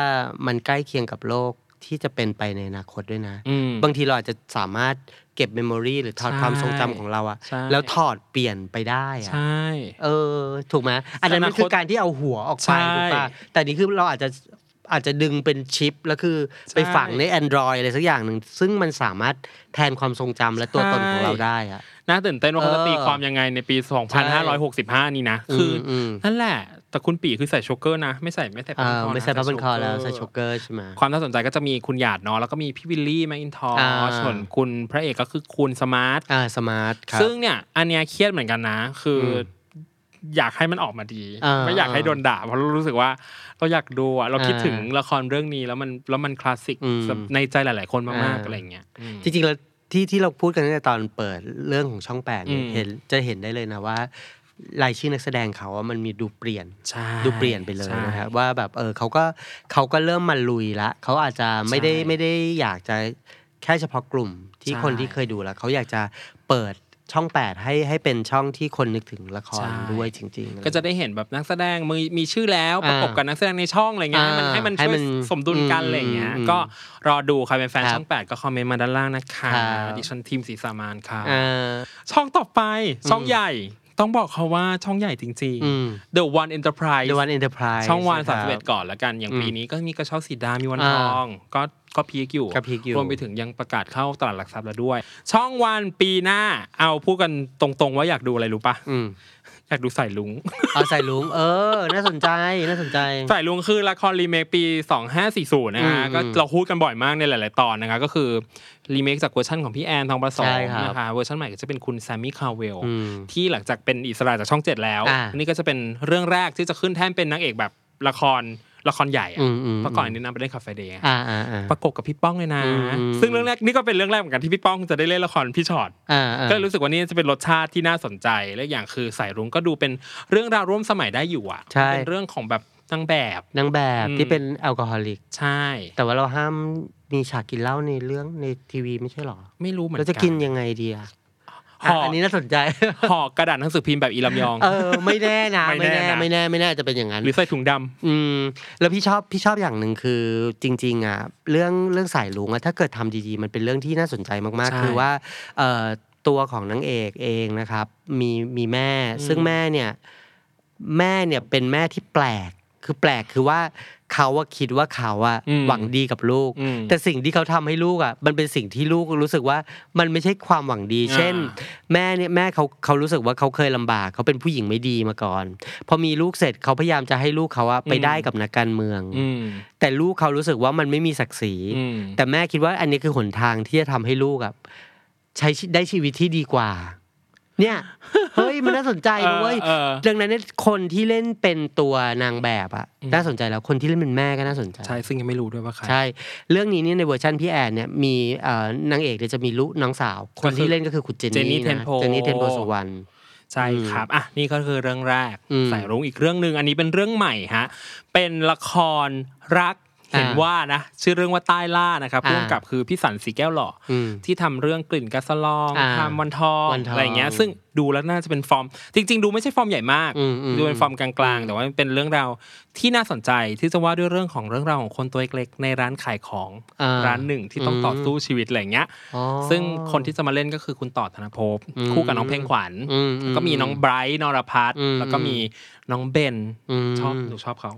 Speaker 3: มันใกล้เคียงกับโลกที่จะเป็นไปในอนาคตด้วยนะ
Speaker 2: อืม
Speaker 3: บางทีเราอาจจะสามารถเก็บเมมโมรีหรือถอด
Speaker 2: ใช่
Speaker 3: ความทรงจำของเราอะ
Speaker 2: ใช่
Speaker 3: แล้วถอดเปลี่ยนไปได้อะ
Speaker 2: ใช่
Speaker 3: เออ ถูกไหมอันนั้นมันคือการที่เอาหัวออกไป
Speaker 2: ใช่
Speaker 3: ถูกปะแต่นี่คือเราอาจจะอาจจะดึงเป็นชิป แล้วคือไป
Speaker 2: ใช่
Speaker 3: ฝังใน Android อะไรสักอย่างหนึ่งซึ่งมันสามารถแทนความทรงจำและตัวตนของเราได้อะ
Speaker 2: น่าตื่นเต้นว่าเขาจะตี
Speaker 3: เออ
Speaker 2: ความยังไงในปี 2565 นี้นะ
Speaker 3: อืม
Speaker 2: คืออ
Speaker 3: ม
Speaker 2: นั่นแหละ แต่คุณปีคือใส่ช็อกเกอร์นะ ไม่ใส่ไม่ใส่
Speaker 3: เอ
Speaker 2: พัน
Speaker 3: อ
Speaker 2: คอนะ
Speaker 3: ไม่ใส่พับเบิลคอแล้วใส่
Speaker 2: ช็กเกร์
Speaker 3: ช็อกเกอร์ใช่ไหม
Speaker 2: ความน่าสนใจก็จะมีคุณหยาดเนาะ แล้วก็มีพี่วิลลี่แมคอินทอ
Speaker 3: อ่า
Speaker 2: ร์ส่วนคุณพระเอกก็คือคุณสมาร์ท
Speaker 3: อ่าสมาร์ทครับ
Speaker 2: ซึ่งเนี่ยอันเนี้ยเครียดเหมือนกันนะ คืออ
Speaker 3: ม
Speaker 2: อยากให้มันออกมาดี
Speaker 3: อ่า
Speaker 2: ไม่อยากให้โดนด่า เพราะเรารู้สึกว่าเราอยากดูอะเราคิด
Speaker 3: อ่า
Speaker 2: ถึงละครเรื่องนี้แล้วมันแล้วมันคลาสสิก
Speaker 3: อืม
Speaker 2: ในใจหลาย ๆ คนมา
Speaker 3: อ่า
Speaker 2: กๆอะไรอย่างเงี้ยอืม
Speaker 3: จริงๆแล้วที่ที่เราพูดกันตั้งแต่ตอนเปิดเรื่องของช่องแปดเนี่ย
Speaker 2: อืม
Speaker 3: เห็นจะเห็นได้เลยนะว่ารายชื่อนักแสดงเขาว่ามันมีดูเปลี่ยน
Speaker 2: ใช่
Speaker 3: ดูเปลี่ยนไปเลย
Speaker 2: ใช่
Speaker 3: นะครับว่าแบบเออเขาก็เขาก็เริ่มมาลุยละเขาอาจจะไม่ได้
Speaker 2: ใช่
Speaker 3: ไม่ได้อยากจะแค่เฉพาะกลุ่มที่
Speaker 2: ใช่
Speaker 3: คนที่เคยดูแล้วเขาอยากจะเปิดช่องแปดให้ให้เป็นช่องที่คนนึกถึงละคร
Speaker 2: ใช่
Speaker 3: ด้วยจริงๆ
Speaker 2: ก็จะได้เห็นแบบนักแสดงมีมีชื่อแล้ว
Speaker 3: อ่า
Speaker 2: ประกบกับนักแสดงในช่องอะไรเงี้ยให้มัน
Speaker 3: อ่า
Speaker 2: ให้มัน
Speaker 3: ให้
Speaker 2: ช่ว
Speaker 3: มั
Speaker 2: ย
Speaker 3: น
Speaker 2: สมดุลกัน
Speaker 3: อืม
Speaker 2: อะไรเงี้ย
Speaker 3: อืม
Speaker 2: ก็รอดูใครเป็นแฟน
Speaker 3: ครับ
Speaker 2: ช่อง 8 ก็คอมเมนต์มาด้านล่างนะคะ
Speaker 3: ครับ
Speaker 2: ดิฉันทีมสีสามานค่ะ
Speaker 3: อ่า
Speaker 2: ช่องต่อไปช่อง
Speaker 3: อืม
Speaker 2: ใหญ่ ต้องบอกเขาว่าช่องใหญ่จริง
Speaker 3: อืม
Speaker 2: ๆ The One Enterprise
Speaker 3: The One Enterprise
Speaker 2: ช่องวัน
Speaker 3: นะค
Speaker 2: สา
Speaker 3: รับ
Speaker 2: มสิบเอ็ดก่อนละกัน อย่าง
Speaker 3: อืม
Speaker 2: ปีนี้ก็มีกระเช้าสีดา มีวัน
Speaker 3: อ่า
Speaker 2: ทอง ก็ก็พีคอยู่
Speaker 3: ก็พีคอยู่
Speaker 2: รวมไปถึงยังประกาศเข้าตลาดหลักทรัพย์แล้วด้วย ช่องวันปีหน้า เอาพูดกันตรงๆว่าอยากดูอะไรรู้ปะ
Speaker 3: อืม
Speaker 2: อยากดูสายลุง
Speaker 3: เอาใส่ลุงเออ น่าสนใจน่าสนใจ
Speaker 2: ฝ่ายลุงคือละครรีเมคปี 2540 นะฮะ
Speaker 3: อืม
Speaker 2: ก็เราพูดกันบ่อยมากในหลาย ๆ ตอนนะคะก็คือรีเมคจากเวอร์ชันของพี่แอนทองประสม
Speaker 3: ใช่ครับ
Speaker 2: นะคะเวอร์ชันใหม่ก็จะเป็นคุณแซมมี่คาร์เวล
Speaker 3: อืม
Speaker 2: ที่หลังจากเป็นอิสระจากช่องเจ็ดแล้ว
Speaker 3: อ่า
Speaker 2: นี่ก็จะเป็นเรื่องแรกที่จะขึ้นแท่นเป็นนางเอกแบบละครละครใหญ่อะ
Speaker 3: อืมอืม
Speaker 2: เมื่อก่อนอันนี้นางไปเล่นคาเฟ่เดย์
Speaker 3: อ่าอ่าอ่า
Speaker 2: ประกบกับพี่ป้องเลยนะ
Speaker 3: อืม
Speaker 2: ซึ่งเรื่องแรกนี่ก็เป็นเรื่องแรกเหมือนกันที่พี่ป้องจะได้เล่นละครพี่ชอ็อต
Speaker 3: อ่า
Speaker 2: ก็เลยรู้สึกว่านี่จะเป็นรสชาติที่น่าสนใจ และอย่างคือสายรุ้งก็ดูเป็นเรื่องราวร่วมสมัยได้อยู่อ่ะ
Speaker 3: ใช่
Speaker 2: เป็นเรื่องของแบบนางแบบ
Speaker 3: นางแบบ
Speaker 2: อืม
Speaker 3: ที่เป็นแอลกอฮอลิก
Speaker 2: ใช่
Speaker 3: แต่ว่าเราห้ามมีฉากกินเหล้าในเรื่องในทีวีไม่ใช่หรอ
Speaker 2: ไม่รู้เหมือน
Speaker 3: เรา
Speaker 2: กั
Speaker 3: จะกินยังไงดีอะ อ่ะอันนี้น่าสนใจ
Speaker 2: ห่อกระดาษหนังสือพิมพ์แบบอีลำยอง
Speaker 3: เออไม่แน่นะ
Speaker 2: ไม่
Speaker 3: ไม่
Speaker 2: แน่
Speaker 3: แน่
Speaker 2: นะ
Speaker 3: ไม่แน่ไม่แน่จะเป็นอย่างนั้น
Speaker 2: หรือใส่ถุงดำ
Speaker 3: อืมแล้วพี่ชอบพี่ชอบอย่างหนึ่งคือจริง ๆอ่ะเรื่องเรื่องสายลุงอ่ะถ้าเกิดทำดีๆ มันเป็นเรื่องที่น่าสนใจมากๆ คือว่าเอ่อตัวของนางเอกเองนะครับ มีมีแม่ ซึ่งแม่เนี่ยแม่เนี่ยเป็นแม่ที่แปลก คือแปลกคือว่าเขาว่าคิดว่าเขาอะหวังดีกับลูก
Speaker 2: อืม
Speaker 3: แต่สิ่งที่เขาทำให้ลูกอ่ะมันเป็นสิ่งที่ลูกรู้สึกว่ามันไม่ใช่ความหวังดี
Speaker 2: อ่า
Speaker 3: เช่น แม่เนี่ยแม่เขาเขารู้สึกว่าเขาเคยลำบาก เขาเป็นผู้หญิงไม่ดีมาก่อน พอมีลูกเสร็จเขาพยายามจะให้ลูกเขาอะไปได้กับนักการเมือง
Speaker 2: อืม
Speaker 3: แต่ลูกเขารู้สึกว่ามันไม่มีศักดิ์ศรี
Speaker 2: อืม
Speaker 3: แต่แม่คิดว่าอันนี้คือหนทางที่จะทำให้ลูกอะใช้ชีได้ชีวิตที่ดีกว่า เนี่ยเฮ้ยมันน่าสนใจนะเว้ย
Speaker 2: ออออ
Speaker 3: ดังนั้นเนี่ยคนที่เล่นเป็นตัวนางแบบอะ
Speaker 2: อืม
Speaker 3: น่าสนใจแล้วคนที่เล่นเป็นแม่ก็น่าสนใจ
Speaker 2: ใช่ซึ่งยังไม่รู้ด้วยว่าใคร
Speaker 3: ใช่ เรื่องนี้เนี่ยในเวอร์ชันพี่แอนเนี่ยมีเอ่อนางเอกเนี่ยจะมีลูกน้องสาว คนที่เล่นก็คือคุณเจน
Speaker 2: เจนนี่
Speaker 3: นี่
Speaker 2: เทน
Speaker 3: นะ
Speaker 2: โพ
Speaker 3: เจนนี่เทนโพสุวรรณ
Speaker 2: ใช่ครับอ่ะนี่ก็คือเรื่องแรก
Speaker 3: อืม
Speaker 2: สายรุ้งอีกเรื่องหนึ่งอันนี้เป็นเรื่องใหม่ฮะ เป็นละครรักเห็น
Speaker 3: อ่า
Speaker 2: ว่านะ ชื่อเรื่องว่าใต้ล่านะครับ
Speaker 3: อ่า
Speaker 2: ร่วมกับคือพี่สันสีแก้วหล่อ
Speaker 3: อืม
Speaker 2: ที่ทำเรื่องกลิ่นกัสลอง
Speaker 3: อ่า
Speaker 2: ทำวันทอง
Speaker 3: วันทอง
Speaker 2: อะไรอย่างเงี้ย ซึ่งดูแล้วน่าจะเป็นฟอร์ม จริง ๆ ดูไม่ใช่ฟอร์มใหญ่มาก
Speaker 3: อืมอืม
Speaker 2: ดูเป็นฟอร์มกลางๆ แต่ว่ามันเป็นเรื่องราวที่น่าสนใจที่จะว่าด้วยเรื่องของเรื่องราวของคนตัวเล็กๆในร้านขายของ
Speaker 3: อ่า
Speaker 2: ร้านหนึ่งที่ต้องต่ออ
Speaker 3: ม
Speaker 2: สู้ชีวิตอะไรอย่างเงี้ย
Speaker 3: อ๋อ
Speaker 2: ซึ่งคนที่จะมาเล่นก็คือคุณต่อธนภพ
Speaker 3: อืม
Speaker 2: คู่กับน้องเพลงขวัญ
Speaker 3: อืม
Speaker 2: แล้วก็มีน้องไบรท์นรพัฒน์
Speaker 3: อืม
Speaker 2: แล้วก็มีน้องเบน
Speaker 3: อืม
Speaker 2: ชอบหนูชอบเขา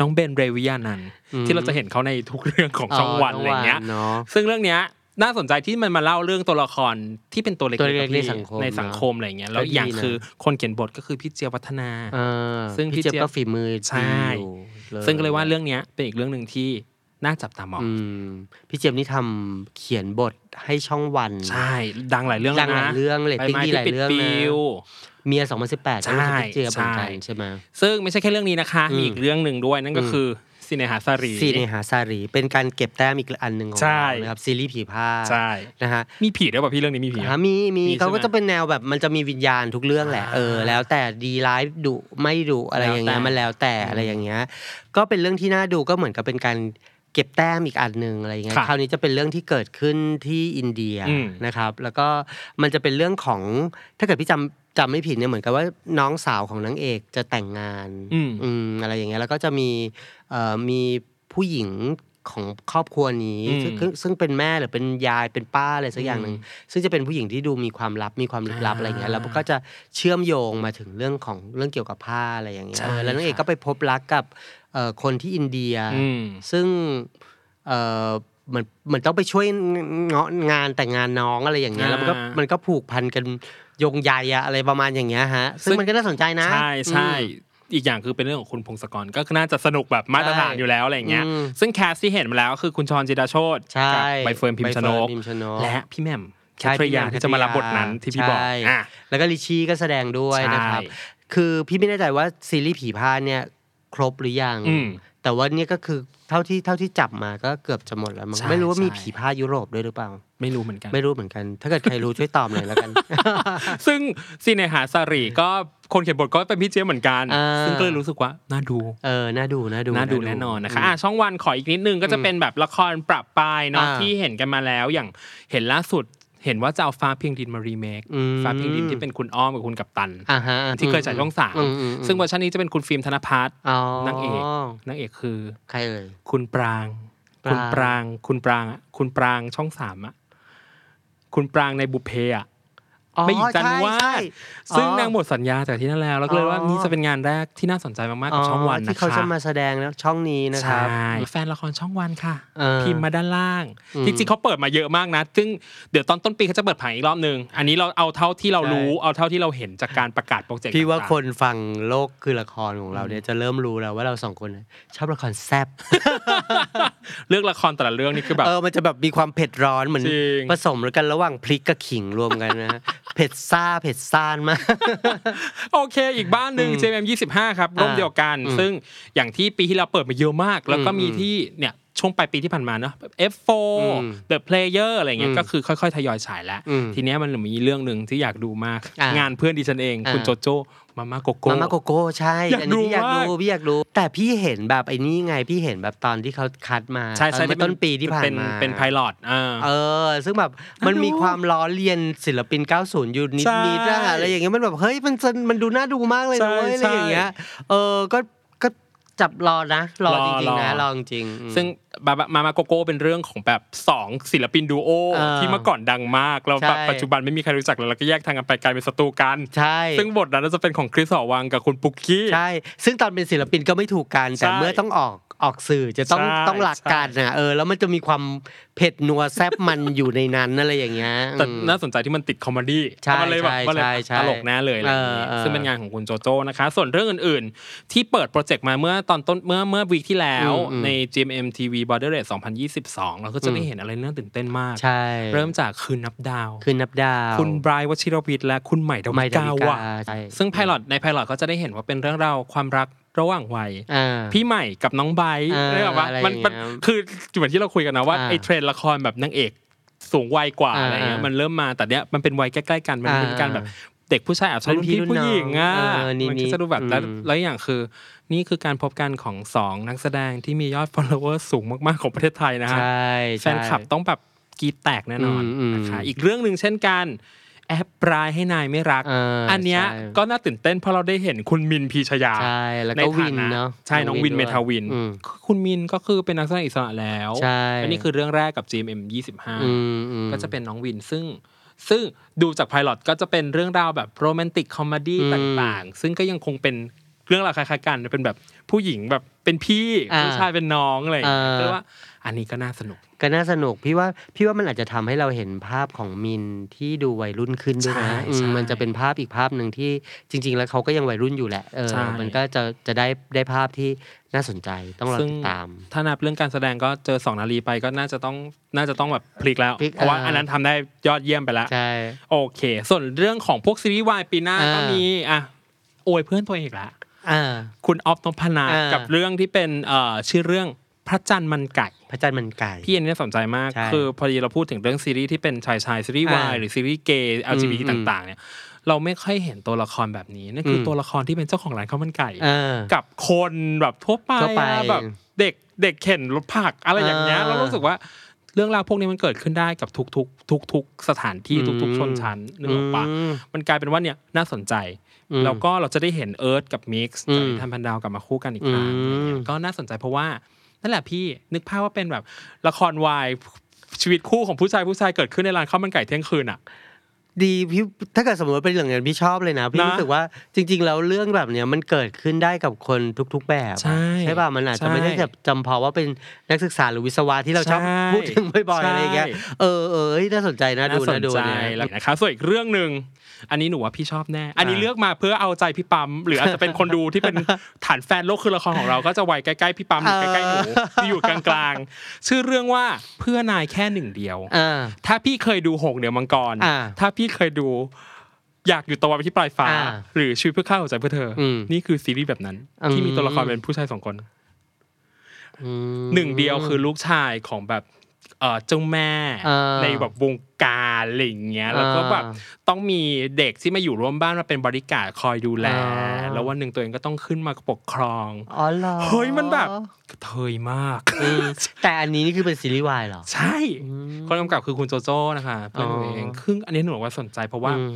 Speaker 2: น้องเบนเรวิยานันท์
Speaker 3: อืม
Speaker 2: ที่เราจะเห็นเขาในทุกเรื่องของช่องวันอะไรเงี้ย
Speaker 3: เนาะ
Speaker 2: ซึ่งเรื่องเนี้ยน่าสนใจที่มันมาเล่าเรื่องตัวละครที่เป็นตัวเล็ก
Speaker 3: ตัว
Speaker 2: ๆ
Speaker 3: เล็กๆใน
Speaker 2: พี่
Speaker 3: สังคม
Speaker 2: ในสังคมอะไรเงี้ย
Speaker 3: ก็
Speaker 2: แล้วอีกอย่าง
Speaker 3: ดีนะ
Speaker 2: คือคนเขียนบทก็คือพี่เจียบวัฒนา
Speaker 3: เออ
Speaker 2: ซึ่ง
Speaker 3: พี่
Speaker 2: พี่
Speaker 3: เจี๊ย
Speaker 2: เจี๊ย
Speaker 3: บบ ก็ฝีมือ
Speaker 2: ใช่
Speaker 3: ดีอยู่
Speaker 2: ซึ่งก็เลยว่าเรื่องเนี้ยเป็นอีกเรื่องหนึ่งที่น่าจับตามอง
Speaker 3: อืมพี่เจี๊ยบนี่ทำเขียนบทให้ช่องวัน
Speaker 2: ใช่ดังหลายเรื่อง
Speaker 3: ดังหลาย
Speaker 2: นะ
Speaker 3: เรื่องเรตติ้ง
Speaker 2: ใบไม้
Speaker 3: ดีหลาย
Speaker 2: ที่ปิ
Speaker 3: เรื่องนะ
Speaker 2: ปิว
Speaker 3: เมีย 2018
Speaker 2: ใช่
Speaker 3: ก็คือพี่เจี๊ยบเหมือนกัน
Speaker 2: ใช่
Speaker 3: ใช่ไหม
Speaker 2: ซึ่งไม่ใช่แค่เรื่องนี้นะคะ มีอีกเรื่องหนึ่งด้วยนั่นก็
Speaker 3: อืม
Speaker 2: คือสิเนหาสารี
Speaker 3: ซีเนหาซารีเป็นการเก็บแต้มอีกอันหนึ่งของ
Speaker 2: ใช่
Speaker 3: เรานะครับซีรีส์ผีผ้า
Speaker 2: ใช่
Speaker 3: นะฮะ
Speaker 2: มีผีด้วยป่ะพี่เรื่องนี้มีผี
Speaker 3: อ่ามีมี
Speaker 2: มี
Speaker 3: เขาก็
Speaker 2: ใช่ไหม
Speaker 3: จะเป็นแนวแบบมันจะมีวิญญาณทุกเรื่องแหละ
Speaker 2: อ่า
Speaker 3: เออแล้วแต่ดีร้ายดุไม่ดุอะไรอย่างเงี้ย
Speaker 2: แล้วแต่
Speaker 3: มันแล้วแต่
Speaker 2: อืม
Speaker 3: อะไรอย่างเงี้ยก็เป็นเรื่องที่น่าดูก็เหมือนกับเป็นการเก็บแต้มอีกอันหนึ่งอะไรอย่างเงี้ย
Speaker 2: ค่ะ
Speaker 3: คราวนี้จะเป็นเรื่องที่เกิดขึ้นที่อินเดีย
Speaker 2: อืม
Speaker 3: นะครับ แล้วก็มันจะเป็นเรื่องของถ้าเกิดพี่จำจำไม่ผิดเนี่ยเหมือนกับว่าน้องสาวของนางเอกจะแต่งงาน
Speaker 2: อืม
Speaker 3: อืมอะไรอย่างเงี้ยแล้วก็จะมีเอ่อมีผู้หญิงของครอบครัวนี้
Speaker 2: อืม
Speaker 3: ซึ่งซึ่งเป็นแม่หรือเป็นยายเป็นป้าอะไรสักอย่างหนึ่ง ซึ่งจะเป็นผู้หญิงที่ดูมีความลับมีความลึกลับ
Speaker 2: อ่า
Speaker 3: อะไรเงี้ยแล้วก็จะเชื่อมโยงมาถึงเรื่องของเรื่องเกี่ยวกับผ้าอะไรอย่างเงี้ย
Speaker 2: ใช่
Speaker 3: เออแล้วนางเอก
Speaker 2: ค่ะ
Speaker 3: ก็ไปพบรักกับเอ่อคนที่อินเดีย
Speaker 2: อืม
Speaker 3: ซึ่งเอ่อเหมือนเหมือนต้องไปช่วยเงาะงานแต่งงานน้องอะไรอย่างเงี้ยแล้วมันก็
Speaker 2: อ่ามั
Speaker 3: มันก็ผูกพันกันโยงใยอะอะไรประมาณอย่างเงี้ยฮะซึ่
Speaker 2: ซึ่
Speaker 3: ง
Speaker 2: ง
Speaker 3: มันก็น่าสนใจนะ
Speaker 2: ใช่ใช่
Speaker 3: อืม
Speaker 2: อีกอย่างคือเป็นเรื่องของคุณพงศกรก็น่าจะสนุกแบบมาตรฐาน
Speaker 3: ใช่
Speaker 2: อยู่แล้วอะไรอย่างเงี้ย
Speaker 3: อืม
Speaker 2: ซึ่งแคสที่เห็นมาแล้วก็คือคุณชรจิดาโชต
Speaker 3: ใช่
Speaker 2: กับใบเฟิร์นพิมชนก
Speaker 3: ใบเฟิร์พิมชนก
Speaker 2: และพี่แหม่ม
Speaker 3: ใช่
Speaker 2: คัทริยา
Speaker 3: พี่แหม่ม
Speaker 2: ที่จะมารับบทนั้นที่พี่บอก
Speaker 3: ใช่
Speaker 2: อ่ะ
Speaker 3: แล้วก็ลิชี่ก็แสดงด้วยนะครับ
Speaker 2: ใช่
Speaker 3: คือพี่ไม่แน่ใจว่าซีรีส์ผีพรายเนี่ยครบหรือยัง
Speaker 2: อืม
Speaker 3: แต่ว่าเนี่ยก็คือเท่าที่เท่าที่จับมาก็เกือบจะหมดแล้วมั้ง
Speaker 2: ใช่
Speaker 3: ไม่รู้ว่ามี
Speaker 2: ใช่
Speaker 3: ผีพรายยุโรปด้วยหรือเปล่า
Speaker 2: ไม่รู้เหมือนกัน
Speaker 3: ไม่รู้เหมือนกัน ถ้าเกิดใครรู้ ช่วยตอบหน่อย แล้วกัน
Speaker 2: ซึ่งซีเนหาสารีก็คนเขียนบทก็เป็นพี่เจี๊ยบเหมือนกัน
Speaker 3: อ่า
Speaker 2: ซึ่งก็เลยรู้สึกว่าน่าดู
Speaker 3: เออ น่าดู น่าดู
Speaker 2: น่าดูแน่นอนนะคะอ่ะช่องวันขออีกนิดนึงก็จะเป็นแบบละครปรับปลายเนาะ
Speaker 3: อ่า
Speaker 2: ที่เห็นกันมาแล้วอย่างเห็นล่าสุดเห็นว่าจะเอาฟ้าเพียงดินมารีเมค
Speaker 3: อืม
Speaker 2: ฟ้าเพียงดินที่เป็นคุณอ้อมกับคุณกัปตัน
Speaker 3: อ่าฮะ
Speaker 2: ที่เคยจ่ายช่องสาม
Speaker 3: มอืมอืม
Speaker 2: ซึ่งเวอร์ชันนี้จะเป็นคุณฟิล์มธนพัฒน์
Speaker 3: อ๋อน
Speaker 2: างเอก นางเอกคือ
Speaker 3: ใครเอ่ย
Speaker 2: คุณปราง
Speaker 3: ป
Speaker 2: คุณ
Speaker 3: ราง
Speaker 2: ปราง คุณปรางอะคุณปรางช่องสามอะคุณปรางในบุพเพอะ
Speaker 3: อ๋อ
Speaker 2: ไม่หญิงจันทร์
Speaker 3: ใช่
Speaker 2: วา
Speaker 3: ใช่
Speaker 2: ดซึ่
Speaker 3: อ๋อน
Speaker 2: งางหมดสัญญาจากที่นั่นแล้วแล้วก็เลยว่า
Speaker 3: อ๋อ
Speaker 2: นี่จะเป็นงานแรกที่น่าสนใจมากๆกับช่องวัน
Speaker 3: อ๋อ
Speaker 2: นะคะ
Speaker 3: ที่เขาจะมาแสดงนะช่องนี้นะครับ
Speaker 2: ใช่แฟนละครช่องวันค่ะ
Speaker 3: เออ
Speaker 2: พิมพ์มาด้านล่าง
Speaker 3: อืม
Speaker 2: จริงๆเขาเปิดมาเยอะมากนะ ซึ่งเดี๋ยวตอนต้นปีเขาจะเปิดผังอีกรอบหนึ่งอันนี้เราเอาเท่าที่เรา
Speaker 3: ใช่
Speaker 2: รู้ เอาเท่าที่เราเห็นจากการประกาศโปรเจกต์
Speaker 3: พี่ว่า
Speaker 2: ต่งๆ
Speaker 3: คนฟังโลกคือละครของเราเนี่ยจะเริ่มรู้แล้วว่าเราสองคนเนี่ยชอบละครแซบ
Speaker 2: เรื่องละครแต่ละเรื่องนี่คือแบบ
Speaker 3: เออ มันจะแบบมีความเผ็ดร้อนเหมือน
Speaker 2: จริง
Speaker 3: ผสมกันระหว่างพริกกับขิงรวมกันนะฮะ เผ็ดซ่าเผ็ดซ่านมาก
Speaker 2: โอเค อีกบ้านหนึ่ง JM25 ครับร่วมเดียวกัน
Speaker 3: อืม
Speaker 2: ซึ่งอย่างที่ปีที่เราเปิดมาเยอะมาก แล้วก็มี
Speaker 3: อืม
Speaker 2: ที่เนี่ยช ช่วงปลายปีที่ผ่านมาเนอะ F4
Speaker 3: อืม
Speaker 2: The Player อะไรเงี้ย
Speaker 3: อืม
Speaker 2: ก็คือค่อยๆ ทยอยฉายแล้ว
Speaker 3: อืม
Speaker 2: ทีเนี้ยมันมีเรื่องหนึ่งที่อยากดูมาก
Speaker 3: อ่ะ
Speaker 2: งานเพื่อนดิฉันเอง
Speaker 3: อ่ะ
Speaker 2: คุณโจโจ้มาม่าโกโก้
Speaker 3: มามาโกโก้ใช่
Speaker 2: อยาก
Speaker 3: อันนี้พี่อยาก
Speaker 2: ดู
Speaker 3: ดู
Speaker 2: มาก
Speaker 3: พี่อยากดู แต่พี่เห็นแบบไอ้นี่ไงพี่เห็นแบบตอนที่เขาคัดมา
Speaker 2: ใช่ใช่
Speaker 3: ตอนเมื่อต้นปีที่ผ่านมา
Speaker 2: เป็นไพลอตอ่า
Speaker 3: เออ ซึ่งแบบมันมีความล้อเลียนศิลปิน 90 อยู่นิด
Speaker 2: ใช่
Speaker 3: นิดอะไรอย่างเงี้ยมันแบบเฮ้ยมันจะมันดูน่าดูมากเลย
Speaker 2: ใช่
Speaker 3: นะเว้ยอะไรอย่างเงี้ยเออก็ก็จับรอนะรอ
Speaker 2: รอ
Speaker 3: จริงๆนะร
Speaker 2: รอ
Speaker 3: อจริงๆอืม
Speaker 2: ซึ่งบาบามามาโกโก้เป็นเรื่องของแบบ 2 ศิลปินดูโอ
Speaker 3: เออ
Speaker 2: ที่เมื่อก่อนดังมาก แล้วแบบ
Speaker 3: ใช่
Speaker 2: ปัจจุบันไม่มีใครรู้จักแล้วแล้วก็แยกทางกันไปกลายเป็นศัตรูกัน
Speaker 3: ใช่
Speaker 2: ซึ่งบทนั้นนาจะเป็นของคริสหอวังกับคุณปุกกี้
Speaker 3: ใช่ ซึ่งตอนเป็นศิลปินก็ไม่ถูกกัน แต่
Speaker 2: ใช่
Speaker 3: เมื่อต้องออกออกสื่อจะต้อง
Speaker 2: ใช่
Speaker 3: ต้องหลักการนะเออ แล้วมันจะมีความเผ็ดนัวแซบมัน อยู่ในนั้นอะไรอย่างเงี้ย
Speaker 2: แต่
Speaker 3: อืม
Speaker 2: น่าสนใจที่มันติดคอมเมดี้
Speaker 3: ใช่
Speaker 2: มันเลยแบบ
Speaker 3: ใช่
Speaker 2: มันเลย
Speaker 3: ใช่ใช่
Speaker 2: ตลกแน่เลยอะไรอย่างนี้
Speaker 3: เออเออ
Speaker 2: ซึ่งเป็นงานของคุณโจโจ้นะคะ ส่วนเรื่องอื่นๆ ที่เปิดโปรเจกต์มาเมื่อตอนต้นเมื่อเมื่อวีคที่แล้ว
Speaker 3: อืมอืม
Speaker 2: ใน GMM TV Border Rate 2022 เราก็จะได้เห็นอะไรน่าตื่นเต้นมาก
Speaker 3: ใช่
Speaker 2: เริ่มจากคืนนับดาว
Speaker 3: คืนนับดาว
Speaker 2: คุณไบรท์วชิรวิทย์และคุณใหม่ดา
Speaker 3: ไมดาก
Speaker 2: วิา
Speaker 3: วิ
Speaker 2: วะ
Speaker 3: กาใช่
Speaker 2: ซึ่งไพลอตในไพลอตก็จะได้เห็นว่าเป็นเรื่องราวความรักระหว่างวัย
Speaker 3: อ่า
Speaker 2: พี่ใหม่กับน้องไบร์ท
Speaker 3: อ่า
Speaker 2: เรื่องว่า
Speaker 3: อะไร
Speaker 2: มันมัน
Speaker 3: อย่างเงี้ย
Speaker 2: คือเหมือนที่เราคุยกันนะว่า
Speaker 3: อ่า
Speaker 2: ไอ้เทรนด์ละครแบบนางเอกสูงวัยกว่า
Speaker 3: อ่า
Speaker 2: อะไรเงี้ย
Speaker 3: อ่ามั
Speaker 2: มันเริ่มมาแต่เนี้ยมันเป็นวัยใกล้ๆกันมันเป็น
Speaker 3: อ่า
Speaker 2: การแบบเด็กผู้ชายแอบชอบ
Speaker 3: รุ่นพี่
Speaker 2: รุ่นพี่
Speaker 3: รุ่น
Speaker 2: ผู้
Speaker 3: น้อง
Speaker 2: หญิงอ่ะ
Speaker 3: เออนี่
Speaker 2: มัน
Speaker 3: นี่
Speaker 2: ก็จะดูแบบแล้ว
Speaker 3: อืม
Speaker 2: แล้วอย่างคือ นี่คือการพบกันของสองนักแสดงที่มียอด follower สูงมากๆของประเทศไทยนะฮะ
Speaker 3: ใช่
Speaker 2: แฟ
Speaker 3: ใช่
Speaker 2: นคลับต้องแบบกรีดแตกแน่นอน
Speaker 3: อืมอืม
Speaker 2: นะคะอีกเรื่องหนึ่งเช่นกันแอบร้ายให้นายไม่รัก
Speaker 3: เออ
Speaker 2: อั
Speaker 3: อั
Speaker 2: นเนี้ยก็น่าตื่นเต้นเพราะเราได้เห็นคุณมินพีชยา
Speaker 3: ใช่ แล้วก็วินเนาะ
Speaker 2: ใช่ น้องวินเม
Speaker 3: ด้วย
Speaker 2: ทาวิน
Speaker 3: อืม
Speaker 2: คุณมินก็คือเป็นนักแสดงอิสระแล้ว
Speaker 3: ใช่
Speaker 2: อันนี้คือเรื่องแรกกับ GMM
Speaker 3: อืม
Speaker 2: 25
Speaker 3: อืม
Speaker 2: ก็จะเป็นน้องวินซึ่ง ซึ่งดูจากไพลอตก็จะเป็นเรื่องราวแบบโรแมนติกคอมเมดี้
Speaker 3: อืม
Speaker 2: ต่างๆ ซึ่งก็ยังคงเป็นเรื่องราวคล้ายๆกัน เป็นแบบผู้หญิงแบบเป็นพี่
Speaker 3: อ่า
Speaker 2: ผู้ชายเป็นน้องอะไรอย่างเงี้ย
Speaker 3: อ่า
Speaker 2: แต่ว่าอันนี้ก็น่าสนุก
Speaker 3: ก็น่าสนุกพี่ว่าพี่ว่ามันอาจจะทำให้เราเห็นภาพของมินที่ดูวัยรุ่นขึ้นด้วย
Speaker 2: ใช่
Speaker 3: นะอืม
Speaker 2: ใช่
Speaker 3: มันจะเป็นภาพอีกภาพหนึ่งที่จริง ๆ แล้วเขาก็ยังวัยรุ่นอยู่แหละเออ
Speaker 2: ใช่
Speaker 3: มันก็จะจะได้ได้ภาพที่น่าสนใจต้องรอ
Speaker 2: ซึ่ง
Speaker 3: ติดตาม
Speaker 2: ถ้านับเรื่องการแสดงก็เจอสองนาลีไปก็น่าจะต้องน่าจะต้องแบบพลิกแล้ว
Speaker 3: พลิก
Speaker 2: เพราะว่า
Speaker 3: อ่า
Speaker 2: อันนั้นทำได้ยอดเยี่ยมไปแล้ว
Speaker 3: ใช่
Speaker 2: โอเค ส่วนเรื่องของพวกซีรีส์วายปีหน้า
Speaker 3: อ่า
Speaker 2: ก็มีอ่ะอวยเพื่อนตัวเองละ
Speaker 3: อ่า
Speaker 2: คุณออฟนพนาถ
Speaker 3: อ่ากั
Speaker 2: กับเรื่องที่เป็นเอ่อชื่อเรื่องพระจันทร์มันไก่
Speaker 3: พระจันทร์มันไก่
Speaker 2: พี่อันนี้สนใจมาก
Speaker 3: ใช่
Speaker 2: คือพอดีเราพูดถึงเรื่องซีรีส์ที่เป็นชายชายๆซีรีส์วาย
Speaker 3: อ่า
Speaker 2: หรือซีรีส์เกย์ LGBT
Speaker 3: อืม
Speaker 2: ต่างๆเนี่ยเราไม่ค่อยเห็นตัวละครแบบนี้นั่นคืออ
Speaker 3: ม
Speaker 2: ตัวละครที่เป็นเจ้าของร้านข้าวมันไก่
Speaker 3: เออ
Speaker 2: กับคนแบบทั่วไป
Speaker 3: ทั่วไป
Speaker 2: อะแบบเด็กเด็กเข็นรถผักอะไรอย่างเงี้ย
Speaker 3: อ่า
Speaker 2: เรารู้สึกว่าเรื่องราวพวกนี้มันเกิดขึ้นได้กับทุกทุกทุกทุกๆสถานที่
Speaker 3: อืม
Speaker 2: ทุก ๆ ชนชั้นนึกออกปะ
Speaker 3: อืม
Speaker 2: มันกลายเป็นว่าเนี่ยน่าสนใจ
Speaker 3: อืม
Speaker 2: แล้วก็เราจะได้เห็นเอิร์ธกับมิกซ์
Speaker 3: อืม
Speaker 2: จากนิทานพันดาวกลับมาคู่กันอีกครั้ง
Speaker 3: อืม
Speaker 2: อะไรเงี้ยก็น่าสนใจเพราะว่านั่นแหละพี่นึกภาพว่าเป็นแบบละครวายชีวิตคู่ของผู้ชายผู้ชายเกิดขึ้นในร้านข้าวมันไก่เที่ยงคืนอ่ะ
Speaker 3: ดีพี่ถ้าเกิดสมมติว่าเป็นอย่างนั้นพี่ชอบเลยนะ พี่
Speaker 2: นะ
Speaker 3: รู้สึกว่าจริง ๆ แล้วเรื่องแบบเนี้ยมันเกิดขึ้นได้กับคนทุก ๆ แบบอะ
Speaker 2: ใช่
Speaker 3: ป่ะมันอาจจะไม่ได้
Speaker 2: ใช่
Speaker 3: แบบจำเพาะว่าเป็นนักศึกษาหรือวิศวะที่เราชอบ
Speaker 2: ใช่
Speaker 3: พูดถึงบ่อยๆอะไรอย่างเงี้ย
Speaker 2: ใช่
Speaker 3: เออเออเฮ้ยน่าสนใจนะดูนะดู
Speaker 2: ใจ
Speaker 3: เนี่ย
Speaker 2: แล้วนะครับส่วนอีกเรื่องหนึ่งอันนี้หนูว่าพี่ชอบแน่ อันนี้
Speaker 3: อ่า
Speaker 2: เลือกมาเพื่อเอาใจพี่ปั๊มหรืออาจจะเป็นคนดูที่เป็น ฐานแฟนโลกคือละครของเราก็จะไวยใกล้ๆพี่ปั๊มหรือใกล้ๆหนูที่อยู่กลางๆชื่อเรื่องว่าเพื่อนายแค่หนึ่งเดียว
Speaker 3: อ่า
Speaker 2: ถ้าพี่เคยดูหงเหนือมังกร
Speaker 3: อ่า
Speaker 2: ถ้าพี่เคยดูอยากอยู่ตะวันไปที่ปลายฟ้า
Speaker 3: อ่า
Speaker 2: หรือชีวิตเพื่อข้าหัวใจเพื่อเธออ
Speaker 3: ม
Speaker 2: นี่คือซีรีส์แบบนั้น
Speaker 3: อืม
Speaker 2: ที่มีตัวละครเป็นผู้ชายสองคน
Speaker 3: อืม
Speaker 2: หนึ่งเดียวคือลูกชายของแบบเอ่อเจ้าแม่
Speaker 3: อ่า
Speaker 2: ในแบบวงการอะไรอย่างเงี้ย
Speaker 3: อ่า
Speaker 2: แล้วก็แบบต้องมีเด็กที่มาอยู่ร่วมบ้านมาเป็นบริการดคอยดูแล
Speaker 3: อ่า
Speaker 2: แล้ววันหนึ่งตัวเองก็ต้องขึ้นมาปกครอง
Speaker 3: อ๋อเหรอ
Speaker 2: เฮ้ยมันแบบกระเทยมาก
Speaker 3: อืมแต่อันนี้นี่คือเป็นซีรีส์วายเหรอ
Speaker 2: ใช่ คนกำกับคือคุณโจโจ้นะคะเพื่อนหนูเอง
Speaker 3: อ๋อ
Speaker 2: ครึ่งอันนี้หนูบอกว่าสนใจเพราะว่า
Speaker 3: อืม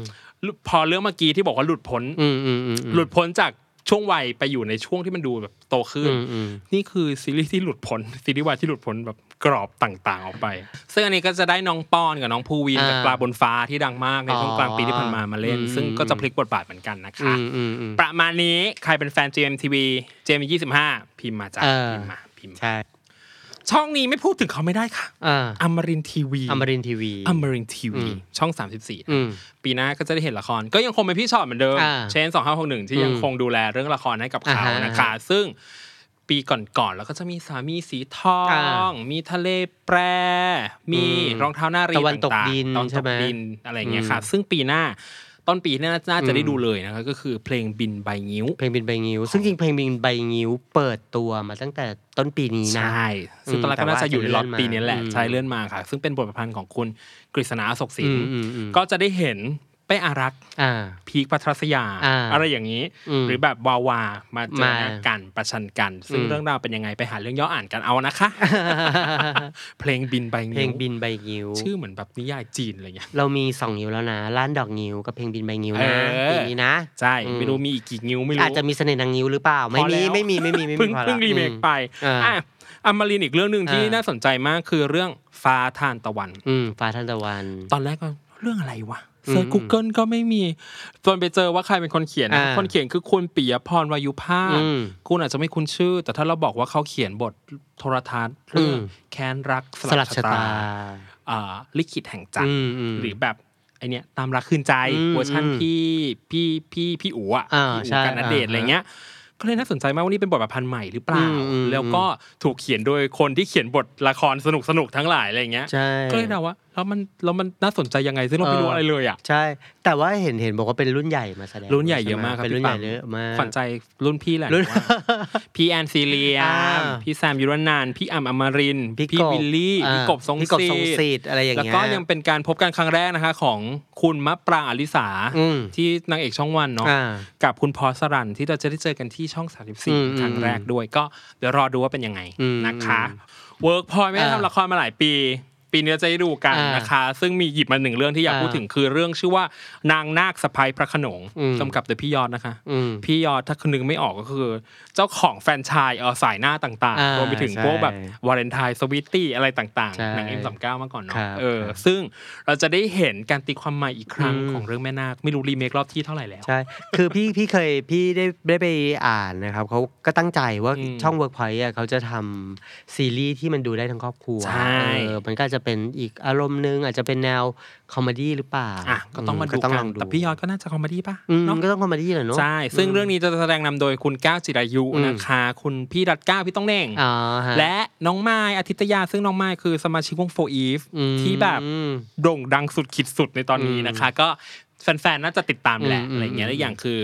Speaker 2: พอเรื่องเมื่อกี้ที่บอกว่าหลุดพ้น
Speaker 3: อืมอืมอืมอืม
Speaker 2: หลุดพ้นจากช่วงวัยไปอยู่ในช่วงที่มันดูแบบโตขึ้น
Speaker 3: อืมอืม
Speaker 2: นี่คือซีรีส์ที่หลุดพ้นซีรีส์วายที่หลุดพ้นแบบกรอบต่างๆออกไป ซึ่งอันนี้ก็จะได้น้องป้อนกับน้องภูวิน
Speaker 3: อ่า
Speaker 2: จากปลาบนฟ้าที่ดังมากในช่วงกลางปีที่ผ่านมามาเล่น
Speaker 3: อ๋อ
Speaker 2: ซึ่งก็จะพลิกบทบาทเหมือนกันนะคะ
Speaker 3: อืมอืมอืม
Speaker 2: ประมาณนี้ใครเป็นแฟน GMTV GM25 พิมพ์มาจ้ะ
Speaker 3: เออ
Speaker 2: พิมพ์มาพิมพ์มา
Speaker 3: ใช่
Speaker 2: ช่องนี้ไม่พูดถึงเขาไม่ได้ค่ะ
Speaker 3: อ่า
Speaker 2: อมรินทีวี
Speaker 3: อมรินทีวี
Speaker 2: อมรินที
Speaker 3: อื
Speaker 2: วี
Speaker 3: ม
Speaker 2: ช่อง 34
Speaker 3: อืม
Speaker 2: ปีหน้าก็จะได้เห็นละคร ก็ยังคงเป็นพี่ชอตเหมือนเดิม
Speaker 3: อ่า
Speaker 2: เชน2561 ที่ยังคงดูแลเรื่องละครให้กับเขา
Speaker 3: อ่าฮะ
Speaker 2: นะคะ ซึ่งปีก่อนๆแล้วก็จะมีสามีสีทอง
Speaker 3: อ่า
Speaker 2: มีทะเลแปร มี
Speaker 3: อืม
Speaker 2: รองเท้าหน้ารี
Speaker 3: ตะวันตก
Speaker 2: างๆ
Speaker 3: ดิน
Speaker 2: ตะวัน
Speaker 3: ใช่
Speaker 2: ตก
Speaker 3: ไหม
Speaker 2: ดินอะไรอย่างเงี้ยค่ะ
Speaker 3: อืม
Speaker 2: ซึ่งปีหน้า ต้นปีน่าน่าจะได้
Speaker 3: อืม
Speaker 2: ดูเลยนะครับก็คือเพลงบินใบงิ้ว
Speaker 3: เพลงบินใบงิ้ว ซึ่งจริงเพลงบินใบงิ้วเปิดตัวมาตั้งแต่ต้นปีนี้นะ
Speaker 2: ใช่ซึ่งตอนแรก
Speaker 3: อืม
Speaker 2: ก็น่าจะอยู่ในล็อต
Speaker 3: แต่ว่า
Speaker 2: ปีนี้แหละ
Speaker 3: อืม
Speaker 2: ใช่เลื่อนมาค่ะ ซึ่งเป็นบทประพันธ์ของคุณกฤษณาอโศกศิล
Speaker 3: อืม
Speaker 2: ป์
Speaker 3: อืมอืม
Speaker 2: ก็จะได้เห็นเป้อารักษ์
Speaker 3: อ่า
Speaker 2: พีคพัทรัสยา
Speaker 3: อ่า
Speaker 2: อะไรอย่างนี้
Speaker 3: อืม
Speaker 2: หรือแบบวาวามาเจอ
Speaker 3: มา
Speaker 2: หน้ากันประชันกัน ซึ่ง
Speaker 3: อืม
Speaker 2: เรื่องราวเป็นยังไงไปหาเรื่องย่ออ่านกันเอานะคะ เพลงบินใบ
Speaker 3: เพล
Speaker 2: งิ้
Speaker 3: ง
Speaker 2: ว
Speaker 3: บินใบงิ้ว
Speaker 2: ชื่อเหมือนแบบนิยายจีนอะไรเงี้ย
Speaker 3: เรามีสองนิ้วแล้วนะล้านดอกงิ้วกับเพลงบินใบงิ้วนะ
Speaker 2: เออ
Speaker 3: ปีนี้นะ
Speaker 2: ใช่
Speaker 3: อืม
Speaker 2: ไม่รู้มีอีกกี่งิ้วไม่
Speaker 3: อาจ
Speaker 2: รู้
Speaker 3: จะมีเสน่ห์นางงิ้วหรือเปล่า ไม่
Speaker 2: พอแล้
Speaker 3: มี
Speaker 2: ว
Speaker 3: ไม่มีไม่มีไม่มี
Speaker 2: เพิ่ง
Speaker 3: พอละ
Speaker 2: เพิ่งรีเมค
Speaker 3: อื
Speaker 2: ไป
Speaker 3: อ่า
Speaker 2: อ่ะอมรินทร์อีกเรื่องหนึ่งที่
Speaker 3: อ่า
Speaker 2: น่าสนใจมากคือเรื่องฟ้าทานตะวัน
Speaker 3: อืมฟ้าทันตะวัน
Speaker 2: ตอนแรกก็เรื่องอะไรวะ
Speaker 3: อืม
Speaker 2: เซิร์ช Google ก็ไม่มีจนไปเจอว่าใครเป็นคนเขียนนะ
Speaker 3: อ่า
Speaker 2: คนเขียนคือคุณปิยพรวายุภาค
Speaker 3: อืม
Speaker 2: คุณอาจจะไม่คุ้นชื่อ แต่ถ้าเราบอกว่าเขาเขียนบทโทรทัศน์เรื่อง
Speaker 3: อืม
Speaker 2: แค้นรักส
Speaker 3: สลั
Speaker 2: ลั
Speaker 3: บบ ชะ
Speaker 2: ชะ
Speaker 3: ตา
Speaker 2: ตาอ่าลิขิตแห่งจันทร์
Speaker 3: อืมอืม
Speaker 2: หรือแบบไอเนี้ยตามรักคืนใจ
Speaker 3: อืม
Speaker 2: เวอร์ชัน
Speaker 3: อืม
Speaker 2: พี่พี่พี่พี่อู๋อ่ะ
Speaker 3: อ่า
Speaker 2: พี่
Speaker 3: ใช่
Speaker 2: อู๋กันนเดชน์อะไรเงี้ย ก็เลยน่าสนใจมากว่านี่เป็นบทประพันธ์ใหม่หรือเปล่า
Speaker 3: อืมอืม
Speaker 2: แล้วก็ถูกเขียนโดยคนที่เขียนบทละครสนุกสนุกๆทั้งหลายอะไรเงี้ย
Speaker 3: ใช่
Speaker 2: ก็เลยเดาว่าแล้วมันแล้วมันน่าสนใจยังไงซึ่งเรา
Speaker 3: เอ
Speaker 2: ไม่
Speaker 3: อ
Speaker 2: รู้อะไรเลยอ่ะ
Speaker 3: ใช่ แต่ว่าเห็นเห็นบอกว่าเป็นรุ่นใหญ่มาแสดง
Speaker 2: รุ่นใหญ่เยอะมากครับ
Speaker 3: เป็นรุ่น
Speaker 2: พี่
Speaker 3: ให
Speaker 2: ปั
Speaker 3: ญ่
Speaker 2: ง
Speaker 3: เยอะมาก
Speaker 2: ขวัญใจรุ่นพี่แหละ
Speaker 3: รุ่น
Speaker 2: ว่าพี่แอนซีเรีย
Speaker 3: อ่า
Speaker 2: พี่แซมยุรนานท์พี่อัมอมรินทร์
Speaker 3: พี่
Speaker 2: พี่
Speaker 3: กบ
Speaker 2: วิลลี่
Speaker 3: อ่า
Speaker 2: พี่กบทรง
Speaker 3: พี่กบทรง
Speaker 2: ศิ
Speaker 3: ศิษย์อะไรอย่าง
Speaker 2: แล้ว
Speaker 3: เงี้ย
Speaker 2: ก็ยังเป็นการพบกันครั้งแรกนะคะ ของคุณมะปรางอลิสา
Speaker 3: อืม
Speaker 2: ที่นางเอกช่องวันเนาะ
Speaker 3: อ่า
Speaker 2: กับคุณพอสรันที่เราจะได้เจอกันที่ช่อง
Speaker 3: อืม
Speaker 2: 34 ครั้งแรกด้วย ก็เดี๋ยวรอดูว่าเป็นยังไง
Speaker 3: อืม
Speaker 2: นะคะเวิร์กพอยไม่ได้
Speaker 3: อ่า
Speaker 2: ทำละครมาหลายปี ปีนี้เราจะได้ดูกัน
Speaker 3: อ่าน
Speaker 2: นะคะ ซึ่งมีหยิบมาหนึ่งเรื่องที่อยาก
Speaker 3: อ่า
Speaker 2: พูดถึงคือเรื่องชื่อว่านางนาคสะพายพระโขนง
Speaker 3: อืม
Speaker 2: กำกับโดยพี่ยอดนะคะ
Speaker 3: อืม
Speaker 2: พี่ยอดถ้าคนนึงไม่ออกก็คือ เจ้าของแฟรนไชายเออสายหน้าต่าง
Speaker 3: อ่า
Speaker 2: ๆรวมไปถึง
Speaker 3: ใช่
Speaker 2: พวกแบบวาเลนไทน์สวิตตี้อะไรต่าง
Speaker 3: ใช่
Speaker 2: ๆหนังเอ็มสามเก้ามาก่อนเนาะ
Speaker 3: ครับ
Speaker 2: เออ
Speaker 3: ครับ
Speaker 2: ซึ่งเราจะได้เห็นการตีความใหม่อีกครั้ง
Speaker 3: อืม
Speaker 2: ของเรื่องแม่นาคไม่รู้รีเมครอบที่เท่าไหร่แล้ว
Speaker 3: ใช่ คือพี่พี่เคยพี่ได้ได้ไปอ่านนะครับเขาก็ตั้งใจว่า
Speaker 2: อืม
Speaker 3: ช่อง Workpoint อ่ะเขาจะทำซีรีส์ที่มันดูได้ทั้งครอบครัว
Speaker 2: ใช่
Speaker 3: เออมันก็อาจจะเป็นอีกอารมณ์หนึงอาจจะเป็นแนวคอมเมดี้หรือเปล่า
Speaker 2: อ่ะก็ต้องมาดู
Speaker 3: ต้อง
Speaker 2: กั
Speaker 3: ล
Speaker 2: น
Speaker 3: องดู
Speaker 2: แต่พี่ยอดก็น่าจะคอมเมดี้ป่ะ
Speaker 3: อืม
Speaker 2: เนาะ
Speaker 3: ก็ต้องคอมเมดี้แหละเนาะ
Speaker 2: ใช่ ซึ่งเรื่องนี้จะแสดงนำโดยคุณก้าวจิรายุ
Speaker 3: อืม
Speaker 2: นะคะ คุณพี่รัตก้าวพี่ต้องเน่ง
Speaker 3: อ๋อฮะ
Speaker 2: และน้องไม้อาทิตยา ซึ่งน้องไม้คือสมาชิกวงโฟอีฟ
Speaker 3: อืม
Speaker 2: ที่แบบโด่งดังสุดขีดสุดในตอนนี้
Speaker 3: อืม
Speaker 2: นะคะ ก็แฟนๆ น่าจะติดตามแหละ
Speaker 3: อืม
Speaker 2: อะไรเงี้ย
Speaker 3: อืม
Speaker 2: และอย่างคือ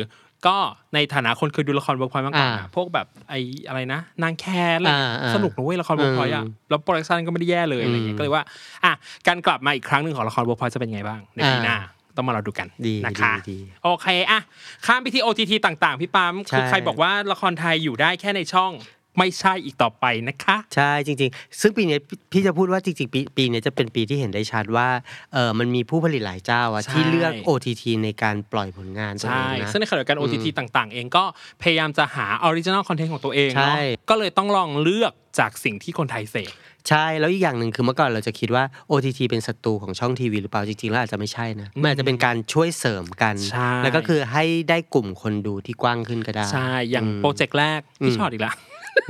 Speaker 2: ก็ในฐานะคนเคยดูละครเวิร์กพอยต์มาก่อนอะพวกแบบไออะไรนะ นางแคร์อะไรเงี้ย
Speaker 3: อ่าๆ
Speaker 2: สนุกนะเว้ยละครเวิร์กพอยต์อะ
Speaker 3: อืม
Speaker 2: แล้วโปรดักชันก็ไม่ได้แย่เลยอะไรเงี้
Speaker 3: อื
Speaker 2: ย
Speaker 3: ม
Speaker 2: ก็เลยว่าอ่ะการกลับมาอีกครั้งหนึ่งของละครเวิร์กพอยต์จะเป็นไงบ้างในปี
Speaker 3: อ่า
Speaker 2: หน้าต้องมารอดูกัน
Speaker 3: ดี
Speaker 2: นะ
Speaker 3: ดี
Speaker 2: คะ
Speaker 3: ดี
Speaker 2: โอเคอะข้ามไปที่ OTT ต่างๆ พี่ปั๊ม
Speaker 3: ใช่
Speaker 2: คือใครบอกว่าละครไทยอยู่ได้แค่ในช่อง ไม่ใช่อีกต่อไปนะคะ
Speaker 3: ใช่จริงๆ ซึ่งปีเนี้ยพี่พี่จะพูดว่าจริงๆ ปีปีเนี้ยจะเป็นปีที่เห็นได้ชัดว่าเออมันมีผู้ผลิตหลายเจ้าอะ
Speaker 2: ใช่
Speaker 3: ที่เลือก OTT ในการปล่อยผลงานตัวเอ
Speaker 2: ใช่
Speaker 3: งนะ
Speaker 2: ซึ่งในขณะเดียวกัน OTT ต่างๆ เองก็พยายามจะหาออริจิน l ลคอนเทนต์ของตัวเองเนาะ
Speaker 3: ใช่
Speaker 2: ก็เลยต้องลองเลือกจากสิ่งที่คนไทยเสพ
Speaker 3: ใช่ แล้วอีกอย่างหนึ่งคือเมื่อก่อนเราจะคิดว่า OTT เป็นศัตรูของช่องทีวีหรือเปล่าจริงๆ แล้วอาจจะไม่ใช่นะ มันอาจจะเป็นการช่วยเสริมกัน
Speaker 2: ใช่
Speaker 3: แล้วก็คือให้ได้กลุ่มคนดูที่กว้างขึ้นก็ได้
Speaker 2: ใช่ อย่าง
Speaker 3: อืม
Speaker 2: โปรเจกต์แรก พี่ชอตอีกละ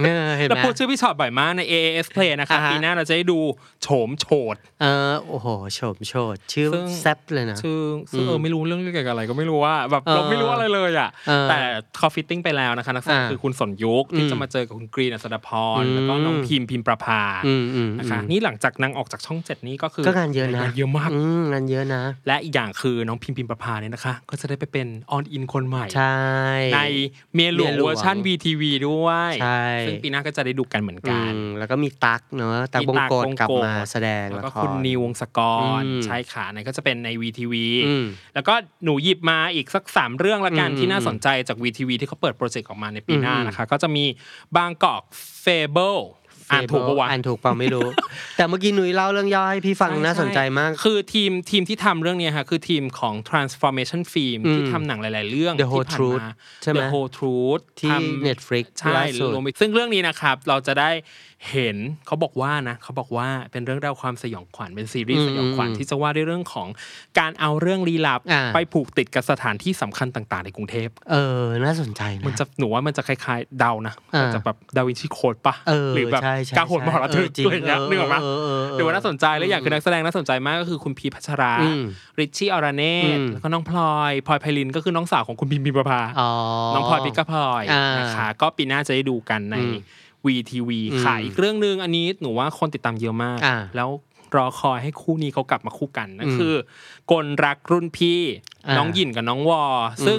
Speaker 3: เออเห็น
Speaker 2: เรา
Speaker 3: ไหม
Speaker 2: พูดชื่อพี่ชอตบ่อยมากใน AAS Play นะคะ
Speaker 3: อ่าฮะ
Speaker 2: ปีหน้าเราจะได้ดูโฉมโฉด
Speaker 3: เออโอ้โหโฉมโชดชื่อ
Speaker 2: ซึ่ง
Speaker 3: แซบเลยนะ
Speaker 2: ซึ่งซึ่งเออไม่รู้เรื่องเกี่ยวกับอะไรก็ไม่รู้ว่าแบบ
Speaker 3: เออ
Speaker 2: เราไม่รู้อะไรเลยอ่ะ
Speaker 3: เออ
Speaker 2: แต่เขาฟิตติ้งไปแล้วนะคะนักแสดง
Speaker 3: อ่า
Speaker 2: คือคุณสนยุคที่
Speaker 3: อืม
Speaker 2: จะมาเจอกับคุณกรีนอัศดพร
Speaker 3: อืม
Speaker 2: แล้วก็น้องพิมพ์พิมประภา
Speaker 3: อืมอืม
Speaker 2: นะคะ
Speaker 3: อืม
Speaker 2: นี่หลังจากนางออกจากช่องเจ็ดนี้ก็คือ
Speaker 3: ก็งานเยอะนะ
Speaker 2: งานเยอะมาก
Speaker 3: อืมงานเยอะนะ
Speaker 2: และอีกอย่างคือน้องพิมพ์พิมประภาเนี่ยนะคะ ก็จะได้ไปเป็นออนอินคนใหม่
Speaker 3: ใช่
Speaker 2: ในเมียหลวง
Speaker 3: เมียหลวง
Speaker 2: เวอร์ชัน VTV ด้วย
Speaker 3: ใช่
Speaker 2: ซึ่งปีหน้าก็จะได้ดูกันเหมือน
Speaker 3: อื
Speaker 2: กัน
Speaker 3: มแล้วก็มีตักเนาะตัก
Speaker 2: มี
Speaker 3: บง
Speaker 2: ตั๊ก
Speaker 3: กฎ
Speaker 2: บงกฎ
Speaker 3: กลับมาแสดง
Speaker 2: แล้
Speaker 3: ละ
Speaker 2: วก็
Speaker 3: คร
Speaker 2: คุณนิววงศกร
Speaker 3: อืม
Speaker 2: ใช่ค่ะนั่นก็จะเป็นใน VTV
Speaker 3: อืม
Speaker 2: แล้วก็หนูหยิบมาอีกสัก 3 เรื่องละกัน
Speaker 3: อืม
Speaker 2: ที่น่าสนใจจาก VTV ที่เขาเปิดโปรเจกต์ออกมาในปีหน้า
Speaker 3: อืม
Speaker 2: นะคะ ก็จะมีบางกอกเฟเบิลอ่านถูกปะวะ
Speaker 3: อ่านถูกเปล่าไม่รู้ แต่เมื่อกี้หนุ่ยเล่าเรื่องย่อให้พี่ฟังน่าสนใจมาก
Speaker 2: คือทีมทีมที่ทำเรื่องเนี้ยค่ะคือทีมของ transformation film
Speaker 3: อืม
Speaker 2: ที่ทำหนังหลาย ๆ เรื่อง
Speaker 3: The
Speaker 2: ที่
Speaker 3: Whole
Speaker 2: ผ่าน
Speaker 3: Truth
Speaker 2: มา
Speaker 3: ใช่ไหม
Speaker 2: The Whole Truth
Speaker 3: ที่
Speaker 2: ทำ
Speaker 3: Netflix
Speaker 2: ใช่
Speaker 3: ล่าสุด
Speaker 2: รวมไปซึ่งเรื่องนี้นะครับ เราจะได้เห็นเขาบอกว่านะเขาบอกว่าเป็นเรื่องราวความสยองขวัญเป็นซีรีส์
Speaker 3: อืม
Speaker 2: สยองขวัญ
Speaker 3: อืม
Speaker 2: ที่จะว่าด้วยเรื่องของการเอาเรื่องลี้ลับ
Speaker 3: อ่า
Speaker 2: ไปผูกติดกับสถานที่สำคัญต่าง ๆ ในกรุงเทพ
Speaker 3: เออ น่าสนใจนะ
Speaker 2: มันจะหนูว่ามันจะคล้ายๆเดานะ
Speaker 3: อ่ามั
Speaker 2: นจะแบบดาวินชีโคดปะ
Speaker 3: เออ
Speaker 2: หรือแบบ
Speaker 3: ใช่ใช่
Speaker 2: กาโหดมหรทึก
Speaker 3: เจง
Speaker 2: อะไรอย่างเงี้ยนึกออกปะ
Speaker 3: เเเ
Speaker 2: หรือว่าน่าสนใจแล้วอย่างคือนักแสดงน่าสนใจมากก็คือคุณพีพัชรา
Speaker 3: อืม
Speaker 2: ริชชี่อรเนต
Speaker 3: อืม
Speaker 2: แล้วก็น้องพลอยพลอยไพลินก็คือน้องสาวของคุณพิมพิมประภา
Speaker 3: อ๋อ
Speaker 2: น้องพลอยพิกาพลอย
Speaker 3: อ่า
Speaker 2: นะคะก็ปีหน้าจะได้ดูกันใน
Speaker 3: อืม
Speaker 2: VTV
Speaker 3: อืม
Speaker 2: ค่ะอีกเรื่องหนึ่งอันนี้หนูว่าคนติดตามเยอะมาก
Speaker 3: อ่า
Speaker 2: แล้ว รอคอยให้คู่นี้เขากลับมาคู่กันนั่
Speaker 3: อื
Speaker 2: น
Speaker 3: ม
Speaker 2: คือกลรักรุ่นพี่
Speaker 3: อ่า
Speaker 2: น้องหยินกับน้องวอ ซึ่ง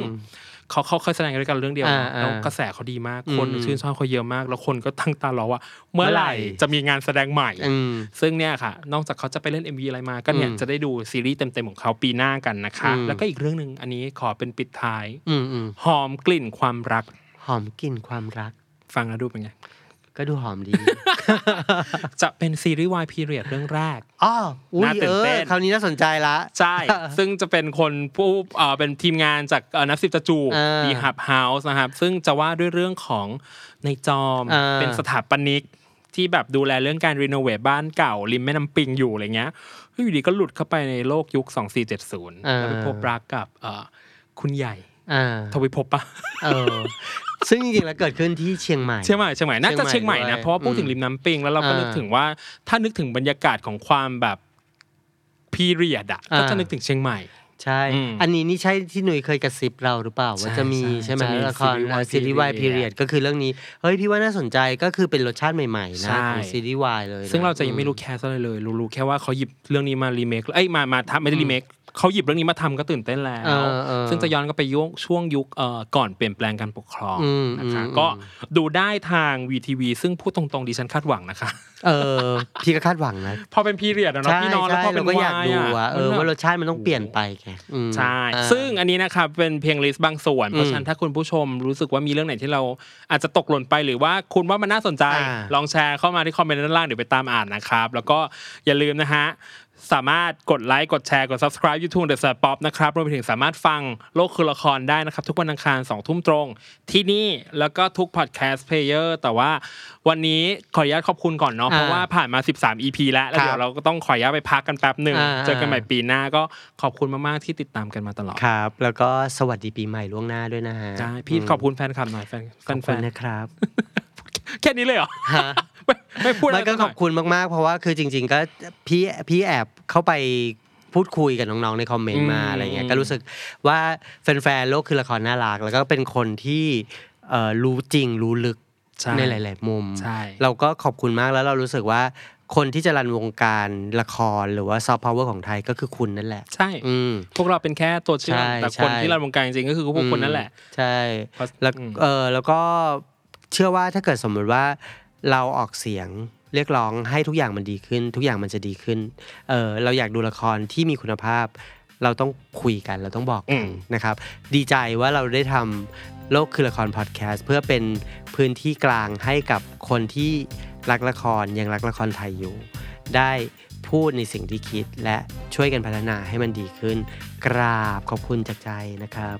Speaker 2: เขาเขาเคยแสดงกันด้วยกันเรื่องเดียว
Speaker 3: อ่า
Speaker 2: แล้ว
Speaker 3: อ่าก
Speaker 2: ระแสเขาดีมากคน
Speaker 3: อืม
Speaker 2: ชื่นชอบเขาเยอะมาก แล้วคนก็ตั้งตารอว่า เมื่อไหร่
Speaker 3: เมื่อไหร่
Speaker 2: จะมีงานแสดงใหม่
Speaker 3: อืม
Speaker 2: ซึ่งเนี่ยค่ะ นอกจากเขาจะไปเล่น MV อะไรมา ก็เนี่ย
Speaker 3: อืม
Speaker 2: จะได้ดูซีรีส์เต็มๆของเขาปีหน้ากันนะคะ
Speaker 3: อืม
Speaker 2: แล้วก็อีกเรื่องหนึ่งอันนี้ขอเป็นปิดท้าย
Speaker 3: อืมอืม
Speaker 2: หอมกลิ่นความรัก
Speaker 3: หอมกลิ่นความรัก
Speaker 2: ฟังแล้วดูเป็ นไง
Speaker 3: ก็ดูหอม ดี
Speaker 2: จะเป็นซีรีส์วายพีเรียดเรื่องแรก
Speaker 3: อ้ออุ้ย
Speaker 2: น่าตื่
Speaker 3: เอน อ
Speaker 2: เต้น
Speaker 3: คราวนี้น่าสนใจละ
Speaker 2: ใช่ ซึ่งจะเป็นคนผู้เอ่อเป็นทีมงานจากเอ่อนับสิบจะจู
Speaker 3: เออ
Speaker 2: ดีฮับเฮาส์นะครับ ซึ่งจะว่าด้วยเรื่องของในจอม
Speaker 3: เออ
Speaker 2: เป็นสถาปนิก ที่แบบดูแลเรื่องการรีโนเวทบ้านเก่า ริมแม่น้ำปิงอยู่อะไรเงี้ยเฮ้ยอยู่ดีก็หลุดเข้าไปในโลกยุค 2470 แล้วไปพบรักกับเอ่อคุณใหญ่
Speaker 3: อ่า
Speaker 2: ทวิภพปะ
Speaker 3: เออ ซึ่งจริงๆแล้วเกิดขึ้นที่เชียงใหม่
Speaker 2: เชียงใหม่เชียงใหม่น่าจะ
Speaker 3: เชี
Speaker 2: เชีย
Speaker 3: ย
Speaker 2: ง
Speaker 3: ง
Speaker 2: ให
Speaker 3: ใหม่
Speaker 2: ม่
Speaker 3: ด้วย
Speaker 2: นะเพราะว่าพูดถึงริมน้ำปิงแล้วเราก็
Speaker 3: อ่านึ
Speaker 2: นึกถึงว่าถ้านึกถึงบรรยากาศของความแบบพีเรียดอ่ะ
Speaker 3: อ่า
Speaker 2: ก็จะนึกถึงเชียงใหม่
Speaker 3: ใช่
Speaker 2: อืม
Speaker 3: อันนี้นี่ใช่ที่หนุ่ยเคยกระซิบเราหรือเปล่า ว่า
Speaker 2: ใช่
Speaker 3: จะมี
Speaker 2: ใช่
Speaker 3: ใช่ไหม
Speaker 2: จะมี
Speaker 3: ละคร
Speaker 2: series Y
Speaker 3: ซีรีส์วาย
Speaker 2: period
Speaker 3: พีเรียดก็คือเรื่องนี้ เฮ้ยพี่ว่าน่าสนใจก็คือเป็นรสชาติใหม่ๆนะ
Speaker 2: ใช่
Speaker 3: ของซีรีส์วายเลยน
Speaker 2: ซึ่งเราจะยังไม่รู้แคสอะไรเลยรู้รู้แค่ว่าเขาหยิบเรื่องนี้มารีเมคเอ้ยมามาทำไม่ได้รีเมคเขาหยิบเรื่องนี้มาทำก็ตื่นเต้นแล้
Speaker 3: เอ
Speaker 2: ว
Speaker 3: อเออ
Speaker 2: ซึ่งจะย้อนก็ไปยุคช่วงยุคเอ่อก่อนเปลี่ยนแปลงการปกครอง
Speaker 3: อืม
Speaker 2: นะคะ
Speaker 3: อืม
Speaker 2: ก็ดูได้ทาง VTV ซึ่งพูดตรงๆดิฉันคาดหวังนะคะ
Speaker 3: เออพี่ก็คาดหวังนะ
Speaker 2: พอเป็นพีเรียดอะเนาะ
Speaker 3: ใช่
Speaker 2: พี่นอนแล้ว
Speaker 3: ใช่
Speaker 2: พอเป็
Speaker 3: เรา
Speaker 2: น
Speaker 3: ก็อยาก
Speaker 2: วาย
Speaker 3: ดู
Speaker 2: อะ
Speaker 3: อะเออ
Speaker 2: มันแบบ
Speaker 3: ว่ารสชาติมันต้องเปลี่ยนไปไงอืม
Speaker 2: ใช่
Speaker 3: อ่า
Speaker 2: ซึ่งอันนี้นะครับเป็นเพียงลิสต์บางส่วน เพราะ
Speaker 3: อืม
Speaker 2: ฉะนั้นถ้าคุณผู้ชมรู้สึกว่ามีเรื่องไหนที่เราอาจจะตกหล่นไปหรือว่าคุณว่ามันน่าสนใจ
Speaker 3: อ่า
Speaker 2: ลองแชร์เข้ามาที่คอมเมนต์ด้านล่างเดี๋ยวไปตามอ่านนะครับ แล้วก็อย่าลืมนะฮะ สามารถกดไลค์ กดแชร์ กด subscribe YouTube The s t a r Pop นะครับ รวมไปถึงสามารถฟังโลกคือละครได้นะครับ ทุกวันอังคาร2ทุ่มตรง ที่นี่แล้วก็ทุก podcast player แต่ว่าวันนี้ขออนุญาตขอบคุณก่อนเนาะเพราะ
Speaker 3: อ่า
Speaker 2: ว่าผ่านมา 13 EP แล้วแล้วเดี๋ย
Speaker 3: ครับ
Speaker 2: วเราก็ต้องขออนุญาตไปพักกันแป๊บหนึ่ง
Speaker 3: อ่า
Speaker 2: เจอกันใหม่ ปีหน้าก็ขอบคุณมาก ๆ ที่ติดตามกันมาตลอด
Speaker 3: ครับ แล้วก็สวัสดีปีใหม่ล่วงหน้าด้วยนะฮะ
Speaker 2: ได้พี่ขอบคุณแฟนคลับหน่อยแฟน
Speaker 3: ขอบ
Speaker 2: แฟ
Speaker 3: คุณ
Speaker 2: น
Speaker 3: นะครับ
Speaker 2: ๆแค่นี้เลยเหรอ
Speaker 3: ฮะ
Speaker 2: ไม่ไม่พูดอะไร
Speaker 3: ไม่ก็
Speaker 2: สัห
Speaker 3: ข
Speaker 2: น่
Speaker 3: อย บคุณมากๆ เพราะว่าคือจริง ๆ ก็พี่พี่แอบเข้าไปพูดคุยกับน้อง ๆ ในคอมเมนต์มา
Speaker 2: อืม
Speaker 3: อะไรเงี้ยก็รู้สึกว่าแฟนๆโลกคือละครน่ารัก แล้วก็เป็นคนที่เอ่อรู้จริงรู้ลึก
Speaker 2: ใช่
Speaker 3: ในหลาย ๆ มุม
Speaker 2: ใช่
Speaker 3: เราก็ขอบคุณมากแล้วเรารู้สึกว่าคนที่จะรันวงการละครหรือว่าซอฟต์พาวเวอร์ของไทยก็คือคุณนั่นแหละ
Speaker 2: ใช่
Speaker 3: อืม
Speaker 2: พวกเราเป็นแค่ตัวเชื่อม
Speaker 3: ใช่
Speaker 2: แต่คน
Speaker 3: ใช่
Speaker 2: ที่เราวงการจริงๆก็คือพวกคนนั่นแหละ
Speaker 3: ใช่
Speaker 2: เพราะ
Speaker 3: แล้ว
Speaker 2: อืม
Speaker 3: เออแล้วก็เชื่อว่าถ้าเกิดสมมุติว่าเราออกเสียงเรียกร้องให้ทุกอย่างมันดีขึ้น ทุกอย่างมันจะดีขึ้นเออเราอยากดูละครที่มีคุณภาพ เราต้องคุยกันเราต้องบอกกันนะครับ ดีใจว่าเราได้ทำโลกคือละครพอดแคสต์เพื่อเป็นพื้นที่กลางให้กับคนที่รักละครยังรักละครไทยอยู่ ได้พูดในสิ่งที่คิดและช่วยกันพัฒนาให้มันดีขึ้น กราบขอบคุณจากใจนะครับ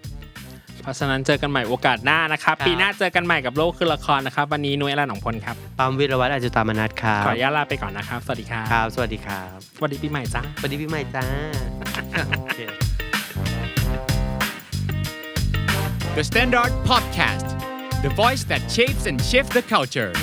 Speaker 2: เพราะฉะนั้นเจอกันใหม่โอกาสหน้านะครับ
Speaker 3: ครับ
Speaker 2: ปีหน้าเจอกันใหม่กับโลกคือละครนะครับ วันนี้นุ้ยอลันหนองพลครับ
Speaker 3: ปามวิรวัตรอาจุตามนัทครับ
Speaker 2: ขออนุญาตลาไปก่อนนะครับ สวัสดีครับ
Speaker 3: ครับ สวัสดีครับ
Speaker 2: สวัสดีปีใหม่จ้า
Speaker 3: สวัสดีพี่ใหม่จ้า โอเค
Speaker 1: The Standard Podcast, the voice that shapes and shifts the culture.